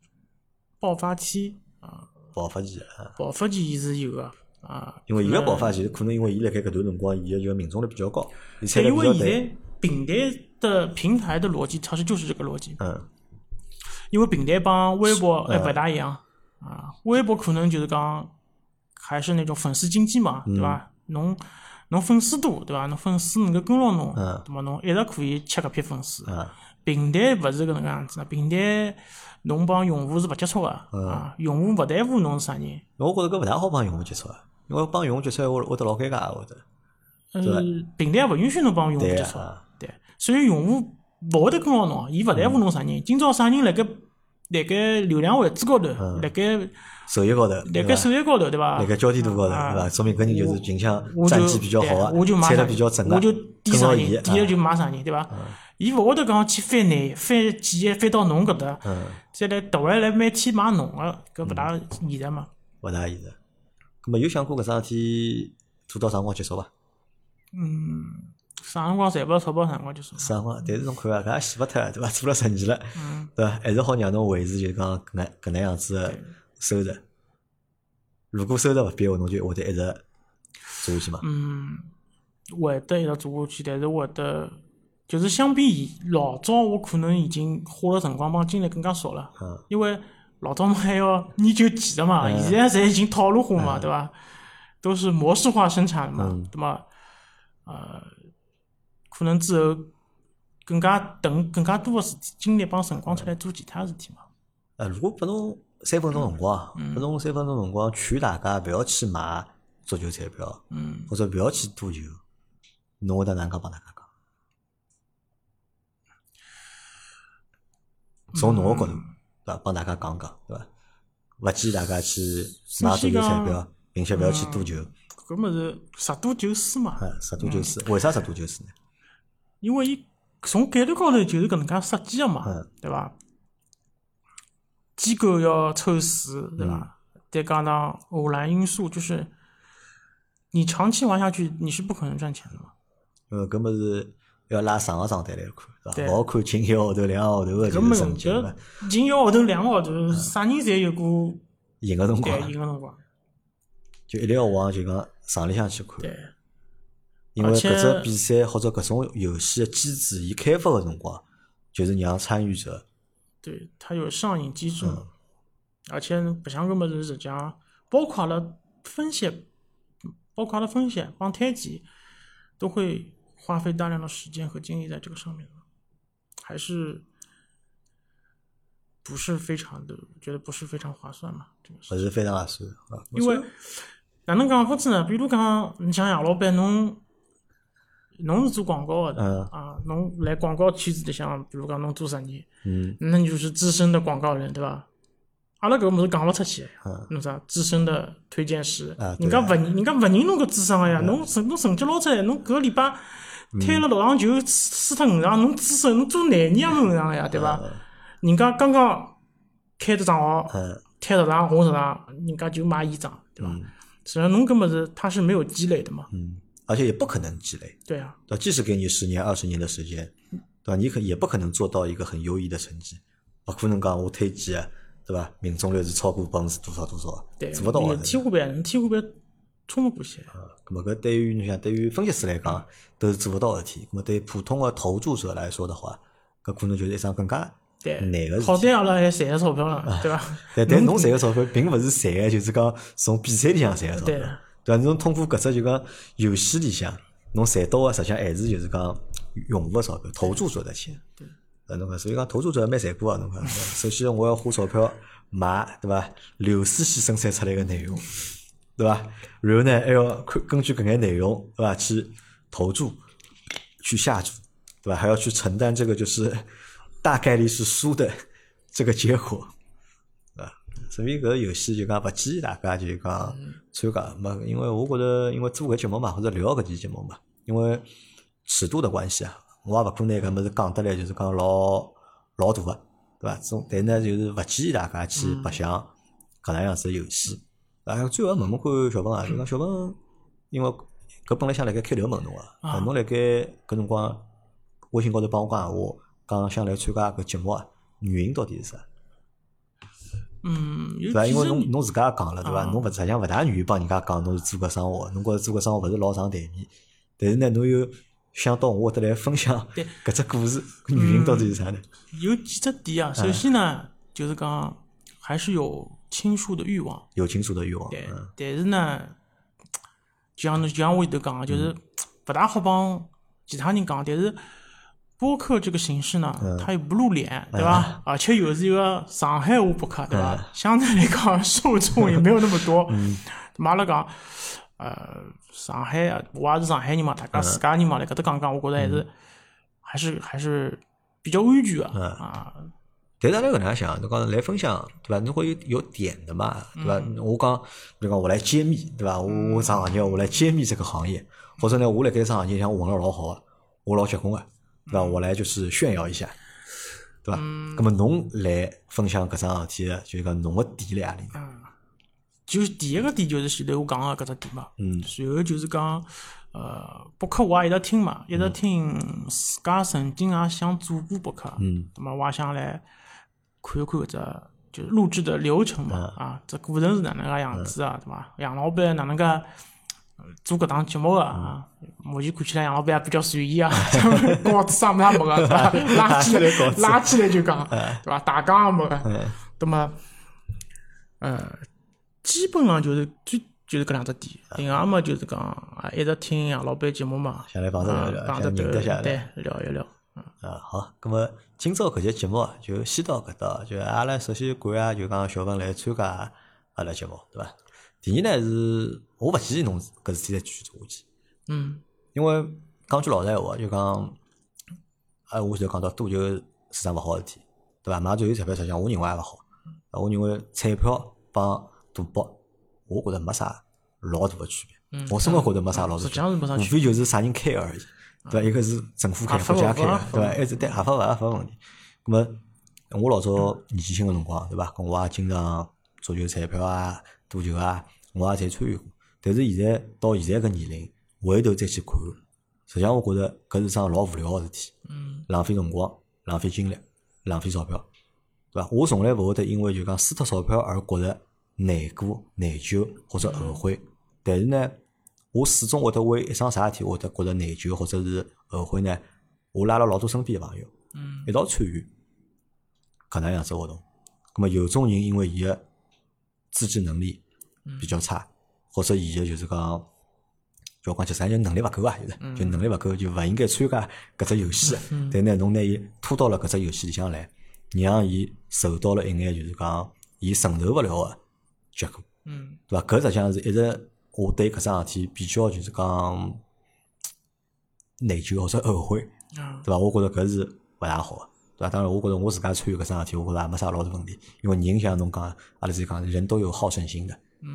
Speaker 2: 爆发期啊，
Speaker 1: 爆发期啊，
Speaker 2: 爆发期是有个啊，
Speaker 1: 因为伊个
Speaker 2: 那
Speaker 1: 爆发期可能因为伊辣盖搿段辰光伊个就命中率比较高，伊产
Speaker 2: 对，
Speaker 1: 量
Speaker 2: 因
Speaker 1: 比
Speaker 2: 为
Speaker 1: 较对，
Speaker 2: 现在平台的平台的逻辑，它是就是这个逻辑，
Speaker 1: 嗯，
Speaker 2: 因为平台帮微博哎还不大一样啊，微博可能就是讲还是那种粉丝经济嘛，
Speaker 1: 嗯
Speaker 2: 对吧？侬侬粉丝多，对吧？侬粉丝能够跟牢侬，
Speaker 1: 嗯
Speaker 2: 对么侬一直可以吃搿批粉丝。
Speaker 1: 啊，
Speaker 2: 平台勿是搿能介样子的，平台侬帮用户是勿接触的
Speaker 1: 嗯
Speaker 2: 啊，用户勿在乎侬是啥人，
Speaker 1: 我觉着搿勿大好帮用户接触啊，因为帮用户接触我会得老尴尬，啊我觉得。
Speaker 2: 呃，平台勿允许侬帮用户
Speaker 1: 对
Speaker 2: 接
Speaker 1: 啊
Speaker 2: 触
Speaker 1: 啊，
Speaker 2: 对，所以用户勿会得跟牢侬，伊勿在乎侬啥人，今朝啥人辣盖辣盖流量位置高头，辣盖辣
Speaker 1: 首页高头，嗯对
Speaker 2: 盖
Speaker 1: 伐？
Speaker 2: 首页高头，对伐？
Speaker 1: 辣盖焦点度高头，
Speaker 2: 啊
Speaker 1: 对伐？说明搿人就是近腔
Speaker 2: 我就
Speaker 1: 战绩比较好
Speaker 2: 对我就
Speaker 1: 啊，
Speaker 2: 买
Speaker 1: 踩
Speaker 2: 啥
Speaker 1: 得
Speaker 2: 人
Speaker 1: 比较准啊，
Speaker 2: 我就低
Speaker 1: 跟
Speaker 2: 啥
Speaker 1: 牢伊
Speaker 2: 人，
Speaker 1: 啊，嗯
Speaker 2: 低了就买啥人，对伐？伊勿会得讲去翻难，翻企业翻到侬搿搭，
Speaker 1: 嗯，
Speaker 2: 再来突然来每天买侬个，搿勿大现实嘛。
Speaker 1: 勿大现实。葛么有想过搿桩事体做到啥辰光结束伐？
Speaker 2: 嗯，啥辰光赚不到钞票，啥辰光就是。
Speaker 1: 啥辰光？但是侬看啊，搿也洗勿脱啊，对伐？做了十年了，
Speaker 2: 嗯
Speaker 1: 对伐？还是好让侬维持就是讲搿能搿能样子个收入。如果收入勿变话，侬就会得一直做下去嘛。
Speaker 2: 嗯，会得一直做下去，但是会得，就是相比老早，我可能已经花了辰光帮精力更加少了，
Speaker 1: 嗯
Speaker 2: 因为老早嘛还要研究技术嘛，现在侪已经套路化嘛，对伐？都是模式化生产的嘛，对嘛？呃，可能之后更加等更加多的事体精力帮辰光出来做其他事体嘛。
Speaker 1: 呃，如果拨侬三分钟辰光啊，
Speaker 2: 嗯
Speaker 1: 拨侬三分钟辰光，劝大家勿要去买足球彩票，
Speaker 2: 嗯，
Speaker 1: 或者勿要去赌球，侬会得哪能介帮大家讲？从侬个角度，对伐？帮大家讲讲，对伐？勿建议大家去买足球彩
Speaker 2: 首先
Speaker 1: 票
Speaker 2: 讲，
Speaker 1: 并且勿要去赌球，
Speaker 2: 搿么是十赌九输嘛。
Speaker 1: 啊，十赌九输。为啥十赌九输呢？
Speaker 2: 因为伊从概率高头就是搿能介设计个嘛，
Speaker 1: 嗯
Speaker 2: 对伐？机构要抽丝，对伐？
Speaker 1: 嗯
Speaker 2: 再加上偶然因素，就是你长期玩下去，你是不可能赚钱的嘛。
Speaker 1: 因为搿么是要拉长个账单来看，对
Speaker 2: 对
Speaker 1: 伐？勿好看近一个号头、两个号头个
Speaker 2: 搿
Speaker 1: 就是
Speaker 2: 么
Speaker 1: 成绩，对
Speaker 2: 就
Speaker 1: 伐？
Speaker 2: 近一个号头、两个号头，啥人侪有过
Speaker 1: 赢个辰
Speaker 2: 对
Speaker 1: 光
Speaker 2: 赢。个辰光，
Speaker 1: 就一定要往就讲厂里向去看，
Speaker 2: 对
Speaker 1: 因为
Speaker 2: 而
Speaker 1: 搿
Speaker 2: 且
Speaker 1: 只比赛或者搿种游戏的机制，伊开发个辰光，就是让参与者，
Speaker 2: 对，它有上瘾机制嘛。而且白相搿物事实际上包括阿拉分析，包括阿拉分析帮推荐，都会花费大量的时间和精力在这个上面的，还是不是非常的，我觉得不是非常划算嘛，这个
Speaker 1: 勿
Speaker 2: 是。
Speaker 1: 是非常合算啊。
Speaker 2: 因为哪能讲法子呢？比如讲，你像杨老板，侬侬是做广告的、
Speaker 1: 嗯
Speaker 2: 啊，侬来广告圈子里向，比如讲侬做十年，
Speaker 1: 嗯，
Speaker 2: 那你就是资深的广告人，对吧？阿拉搿物事讲勿出去，侬啥资深的推荐师
Speaker 1: 嗯啊，对
Speaker 2: 人家
Speaker 1: 啊嗯
Speaker 2: 勿认，人家勿认侬搿智商个呀，侬成侬成绩捞出来，侬搿礼拜推了六场球，输输脱五场，侬资深，侬做廿年也没五场个呀，对伐？人家刚刚开只账号，
Speaker 1: 嗯
Speaker 2: 推十场红十场，人家就买一张，对伐？实际上侬搿物事它是没有积累的嘛，
Speaker 1: 嗯，而且也不可能积累，
Speaker 2: 对啊，
Speaker 1: 对吧，即使给你十年、二十年的时间，对吧？你可也不可能做到一个很优异的成绩，勿可能讲我推荐，对吧？命中率是超过百分之多少多少，
Speaker 2: 对，
Speaker 1: 做勿到
Speaker 2: 你
Speaker 1: 啊。对吧嗯
Speaker 2: 天花板，天花板冲不过去，对，
Speaker 1: 难个事啊
Speaker 2: 好在阿拉还赚了钞票了，对伐？
Speaker 1: 但但侬赚个钞票并勿是赚个，就是讲从比赛里向赚个钞票
Speaker 2: 对，
Speaker 1: 对啊伐？侬通过搿只就讲游戏里向侬赚到个，实际上还是就是讲用户个钞票，投注者的钱。对，呃，侬看，所以讲投注者也蛮残酷啊，侬看，首先我要花钞票买，对伐？刘思熙生产出来个内容，对伐？然后呢，还要看根据搿眼内容，对伐？去投注，去下注，对吧？还要去承担这个就是 大概率是输的这个结果，啊，所以搿个游戏就讲勿建议大家就讲参加，没，因为我觉得因为做搿节目嘛，或者聊搿期节目嘛，因为尺度的关系啊，我也勿可能搿物事讲得来就是讲老老大个，对伐？总但呢就是勿建议大家去白相搿能样子的游戏。啊，最后问问看小鹏啊，就讲小鹏，因为搿本来想辣盖开头问侬个，
Speaker 2: 啊
Speaker 1: 啊侬辣盖搿辰光微信高头帮我讲闲话，讲想来参加搿节目啊，原因到底是啥？
Speaker 2: 嗯，有
Speaker 1: 对伐？
Speaker 2: 几
Speaker 1: 因为
Speaker 2: 十
Speaker 1: 侬
Speaker 2: 年，
Speaker 1: 侬自家也讲了对伐？
Speaker 2: 啊
Speaker 1: 侬勿实际上勿大愿意帮人家讲侬是做搿生活的，侬觉着做搿生活勿是老上台面，但是呢，侬又想到我搿搭来分享
Speaker 2: 对嗯
Speaker 1: 搿只故事，搿原因到底是啥呢？
Speaker 2: 有几只点啊。
Speaker 1: 哎
Speaker 2: 首先呢，就是讲还是有倾诉的欲望，
Speaker 1: 有情愫的欲望，
Speaker 2: 对
Speaker 1: 嗯，
Speaker 2: 但是呢，就像侬就像我前头讲的，啊就是不大好帮其他人讲，但是。播客这个形式呢，它又不露脸，对吧？而且又是一个上海话播客，对吧？相对来讲，受众也没有那么多。对嘛阿拉讲，呃，上海，啊，我也是上海人嘛，大家自家人嘛，来搿搭讲讲，我觉着还是还是还是比较安全的啊。
Speaker 1: 但是阿拉搿能样想，侬讲来分享，对伐？侬会有有点的嘛，对伐？我讲，比如讲我来揭秘，对伐？我我啥行业，我来揭秘这个行业，或者呢，我辣盖啥行业上混了老好啊，我老结棍啊，对伐？我来就是炫耀一下，对伐？那么侬来分享搿桩事体的，就是讲侬个点辣何里呢？
Speaker 2: 就是第一个点就是前头我讲个搿只点嘛，
Speaker 1: 嗯，
Speaker 2: 随后就是讲，呃，博客我也一直听嘛，一直
Speaker 1: 嗯
Speaker 2: 听，自家曾经也想做过博客，
Speaker 1: 嗯，
Speaker 2: 那么我也想来看一看搿只就是录制的流程嘛，
Speaker 1: 嗯
Speaker 2: 啊，这过程是哪能个样子啊，对伐？杨老板哪能个呃做搿档节目个啊？
Speaker 1: 嗯
Speaker 2: 目前看起来杨老板也比较随意啊， 稿子啥物事也没个，对伐？拉起
Speaker 1: 拿起
Speaker 2: 来
Speaker 1: 来稿子嗯
Speaker 2: 拉起来就讲，对伐？大纲也没个，那么，呃。基本上就是最就是搿两只点，另外嘛就是讲啊，一直听杨老板节目嘛，
Speaker 1: 想来帮着聊聊
Speaker 2: 啊帮着
Speaker 1: 想认得下来
Speaker 2: 对聊一聊，
Speaker 1: 啊，好，那么今朝搿节节目啊就先到搿搭，就阿拉首先感谢就讲小文来参加阿拉节目，对伐？第二呢是，我勿建议侬搿事体再继续做下去。
Speaker 2: 嗯
Speaker 1: 因为讲句老实闲话，就讲，哎，我就讲到多就是市场勿好的事体，对伐？买足球彩票实际上我认为也勿好，啊我认为彩票帮赌博，我觉着没啥老大的区别。
Speaker 2: 嗯
Speaker 1: 我生活觉着没啥老大
Speaker 2: 实
Speaker 1: 的
Speaker 2: 际
Speaker 1: 区
Speaker 2: 上是没啥
Speaker 1: 别，嗯无
Speaker 2: 区
Speaker 1: 非就是啥人开而已，对伐？一个是政府开，
Speaker 2: 合法
Speaker 1: 国家
Speaker 2: 勿
Speaker 1: 开
Speaker 2: 合，
Speaker 1: 对
Speaker 2: 法
Speaker 1: 伐？一直对合法勿合法问题。那么我老早年轻个辰光，对伐？跟我也经常足球、彩票啊、赌球啊，我也侪参与过。但是现在到现在搿年龄，回头再去看，实际上我觉着搿是桩老无聊个事体，
Speaker 2: 嗯
Speaker 1: 浪费辰光、浪费精力、浪费钞票，对伐？我从来勿会得因为就讲输脱钞票而觉着难过、内疚或者后悔。但是呢，我始终会得为一桩啥事体，我会得觉着内疚或者是后悔呢。我拉了老多身边个朋友，
Speaker 2: 嗯
Speaker 1: 一道参与搿能样子活动。葛末有种人因为伊个自制能力比较差，或者伊个就是讲，就讲就啥就能力勿够啊，就是就能力勿够，就勿应该参加搿只游戏。啊但呢，侬拿伊拖到了搿只游戏里向来，让伊受到了一眼就是讲伊承受勿了个结果。
Speaker 2: 嗯
Speaker 1: 对伐？搿实际上是一直我对搿桩事体比较就是讲内疚或者后悔，
Speaker 2: 啊
Speaker 1: 对伐？我觉着搿是勿大好的，对伐？当然，我觉着我自家参与搿桩事体，我觉着也没啥老大问题，因为人像侬讲，阿拉是讲人都有好胜心的，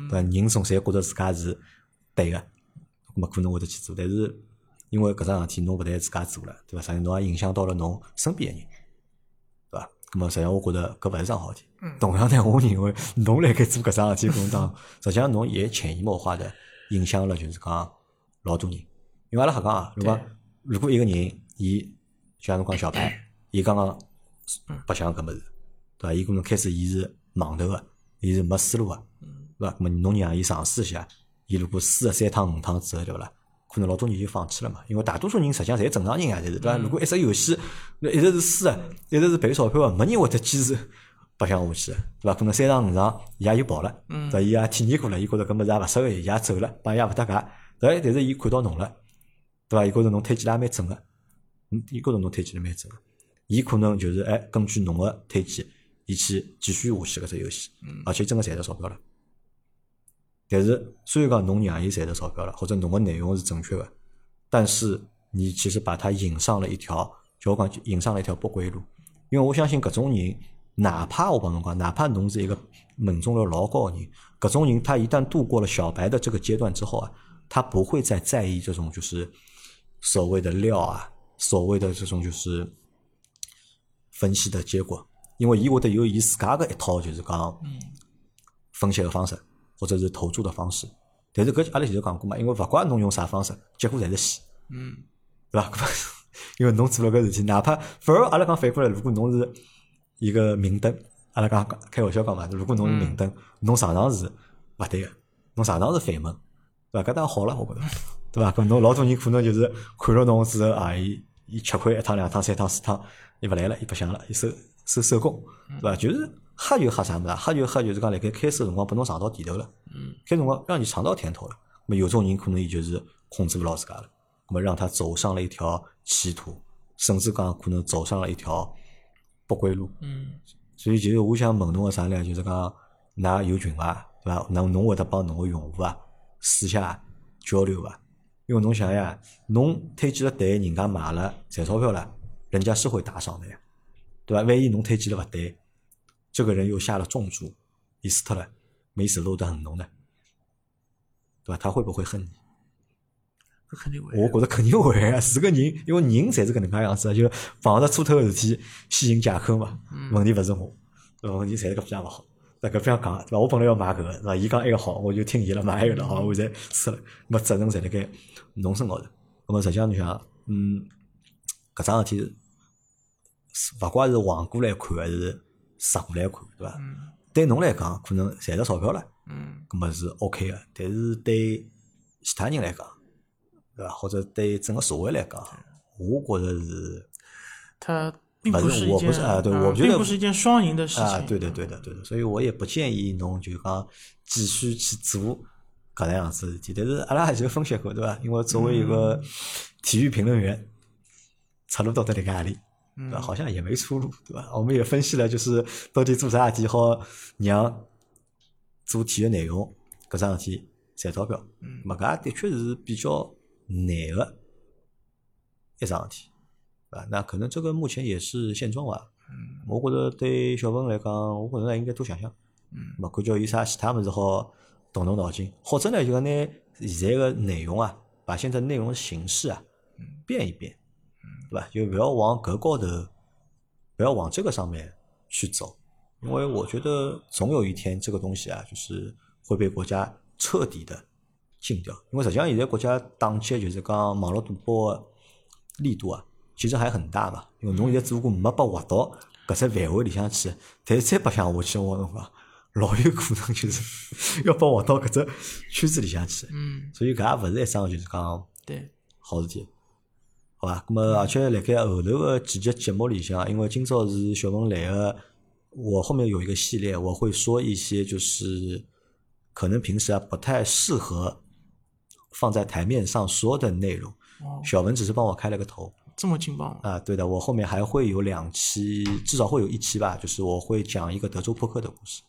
Speaker 1: 对伐？人总侪觉着自家是对个，咾么可能会得去做，但是因为搿桩事体侬勿但自家做了，对伐？实际上侬也影响到了侬身边个人。对伐？咁么实际上我觉着搿勿是桩好事体。同样呢，我认为侬辣盖做搿桩事体过程当中，实际上侬也潜移默化的影响了，就是讲老多人。因为阿拉瞎讲啊，如果如果一个人，伊就像侬讲小白，伊刚刚白相搿物事，对伐？伊可能开始伊是盲头个，伊是没思路个，对伐？咁么啊侬让伊尝试一下，伊如果试了三趟五趟之后，对勿啦？可能老多人就放弃了嘛，因为大多数人实际上侪正常人啊，侪是对伐？如果一只游戏那一直是输啊，一直是赔钞票啊，没人会得坚持白相下去的，对伐？可能三场五场，伊也就跑了，对伐？伊也体验过了，伊觉着搿物事也勿适合伊，伊也走了，帮伊也勿搭界。对，但是伊看到侬了，对伐？伊觉着侬推荐了也蛮准个，嗯，伊觉着侬推荐了蛮准个，伊可能就是哎，根据侬个推荐，伊去继续下去搿只游戏，而且真个赚到钞票了。但是虽然讲侬让伊赚到钞票了，或者侬个内容是正确个，但是你其实把他引上了一条，就我讲引上了一条不归路。因为我相信搿种人，哪怕我帮侬讲，哪怕侬是一个命中率老高的人，搿种人他一旦度过了小白的这个阶段之后啊，他不会再在意这种就是所谓的料啊，所谓的这种就是分析的结果，因为伊会得有伊自家个一套就是讲分析个方式，或者是投注的方式。但是搿阿拉前头讲过嘛，因为勿怪侬用啥方式，结果侪是死。对伐？ 因为侬做了搿事体，哪怕反而阿拉讲反过来，如果侬是一个明灯，阿拉讲开玩笑讲嘛，如果侬是明灯，侬常常是勿对个，侬常常是反门，对伐？搿当好了，我觉着， 对伐？搿侬老多人可能就是看了侬之后啊，伊伊吃亏一趟、两趟、三趟、四趟，伊勿来了，伊白相了，伊收收收工，对伐？就是吓就吓啥物事啊？吓就吓就是讲辣盖开始辰光拨侬上到甜头了，开始辰光让你尝到甜头了。那么有种人可能伊就是控制勿牢自家了。那么让他走上了一条歧途，甚至讲可能走上了一条不归路。
Speaker 2: 嗯
Speaker 1: 所以，其实我想问侬个啥呢？就是讲，㑚有群伐，对伐？那侬会得帮侬个用户啊，私下交流伐？因为侬想呀，侬推荐了对，人家买了赚钞票了，人家是会打赏的呀，对伐？万一侬推荐了勿对，这个人又下了重注，伊死脱了，没死漏得很浓呢，对伐？他会不会恨你？
Speaker 2: 搿肯定会。
Speaker 1: 我觉着肯定会啊，是个人，因为人才是搿能介样子啊，就碰着错头个事体先行借口嘛。问题勿是我，对伐？问题侪是搿样勿好。那搿样讲，对伐？我本来要买搿个，对伐？伊讲埃个好，我就听伊了，买埃个了，好，我侪吃了。那么责任侪辣盖侬身高头。那么实际上侬想，嗯，搿桩事体是，勿怪是横过来看还是直过来看，对伐？对侬来讲，可能赚到钞票了。
Speaker 2: 嗯
Speaker 1: 咁么是 OK 个，但是对其他人来讲，对伐？或者对整个社会来讲，我觉着是，
Speaker 2: 它并
Speaker 1: 反
Speaker 2: 不
Speaker 1: 正
Speaker 2: 是一
Speaker 1: 我不
Speaker 2: 件
Speaker 1: 是啊对
Speaker 2: 嗯
Speaker 1: 我觉得
Speaker 2: 并不是一件双赢的事情。
Speaker 1: 啊，对的，对的，对的，所以我也不建议侬就讲继续去做搿能样子的事体。但是阿拉也就分析过，对伐？因为作为一个体育评论员，出路到底辣盖何里？
Speaker 2: 嗯
Speaker 1: 对吧？好像也没出路，对吧？我们也分析了，就是到底做啥事体好让做体育内容搿桩事体赚钞票。
Speaker 2: 嗯
Speaker 1: 咹搿也的确是比较难个一桩事体，对吧？那可能这个目前也是现状伐。
Speaker 2: 嗯
Speaker 1: 我觉着对小文来讲，我觉着应该多想想，
Speaker 2: 嗯
Speaker 1: 咹感觉有啥其他物事好动动脑筋，或者呢就讲拿现在个内容啊，把现在内容的形式啊
Speaker 2: 嗯
Speaker 1: 变一变，对吧？就不要往搿高头，不要往这个上面去走，因为我觉得总有一天这个东西啊，就是会被国家彻底的禁掉。因为实际上现在国家打击就是讲网络赌博的力度啊，其实还很大嘛。因为侬现在如果没被划到搿只范围里向去，但是再白相下去，我跟侬讲，老有可能就是 要被划到搿只圈子里向去。
Speaker 2: 嗯，
Speaker 1: 所以搿也勿是一桩就是讲
Speaker 2: 对，
Speaker 1: 好事体，好伐？咁么，而且辣盖后头个几集节目里向，因为今朝是小文来个，我后面有一个系列，我会说一些就是可能平时啊不太适合放在台面上说的内容。
Speaker 2: 哦，
Speaker 1: 小文只是帮我开了个头
Speaker 2: 这么劲爆，
Speaker 1: 啊，对的，我后面还会有两期，至少会有一期吧，就是我会讲一个德州扑克的故事。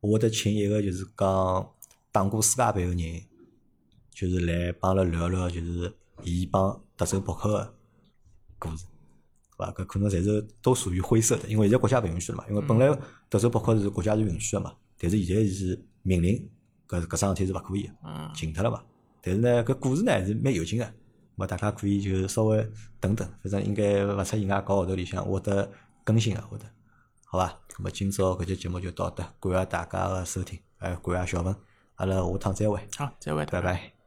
Speaker 1: 我得请一个就是讲打过世界杯个人，就是来帮阿拉聊聊，就是伊帮德州扑克个故事，对伐？搿可能侪是都属于灰色的，因为现在国家勿允许了嘛。因为本来德州扑克是国家是允许个嘛，但是现在是命令搿搿桩事体是勿可以个，
Speaker 2: 嗯
Speaker 1: 禁脱了嘛。但是呢，搿故事呢还是蛮有劲个，咹大家可以就稍微等等，反正应该勿出意外，搞号头里向会得更新个会得。好伐？那么今朝搿节节目就到这，感谢大家的收听，还有感谢小文，阿拉下趟再会，
Speaker 2: 好，再会，
Speaker 1: 拜拜。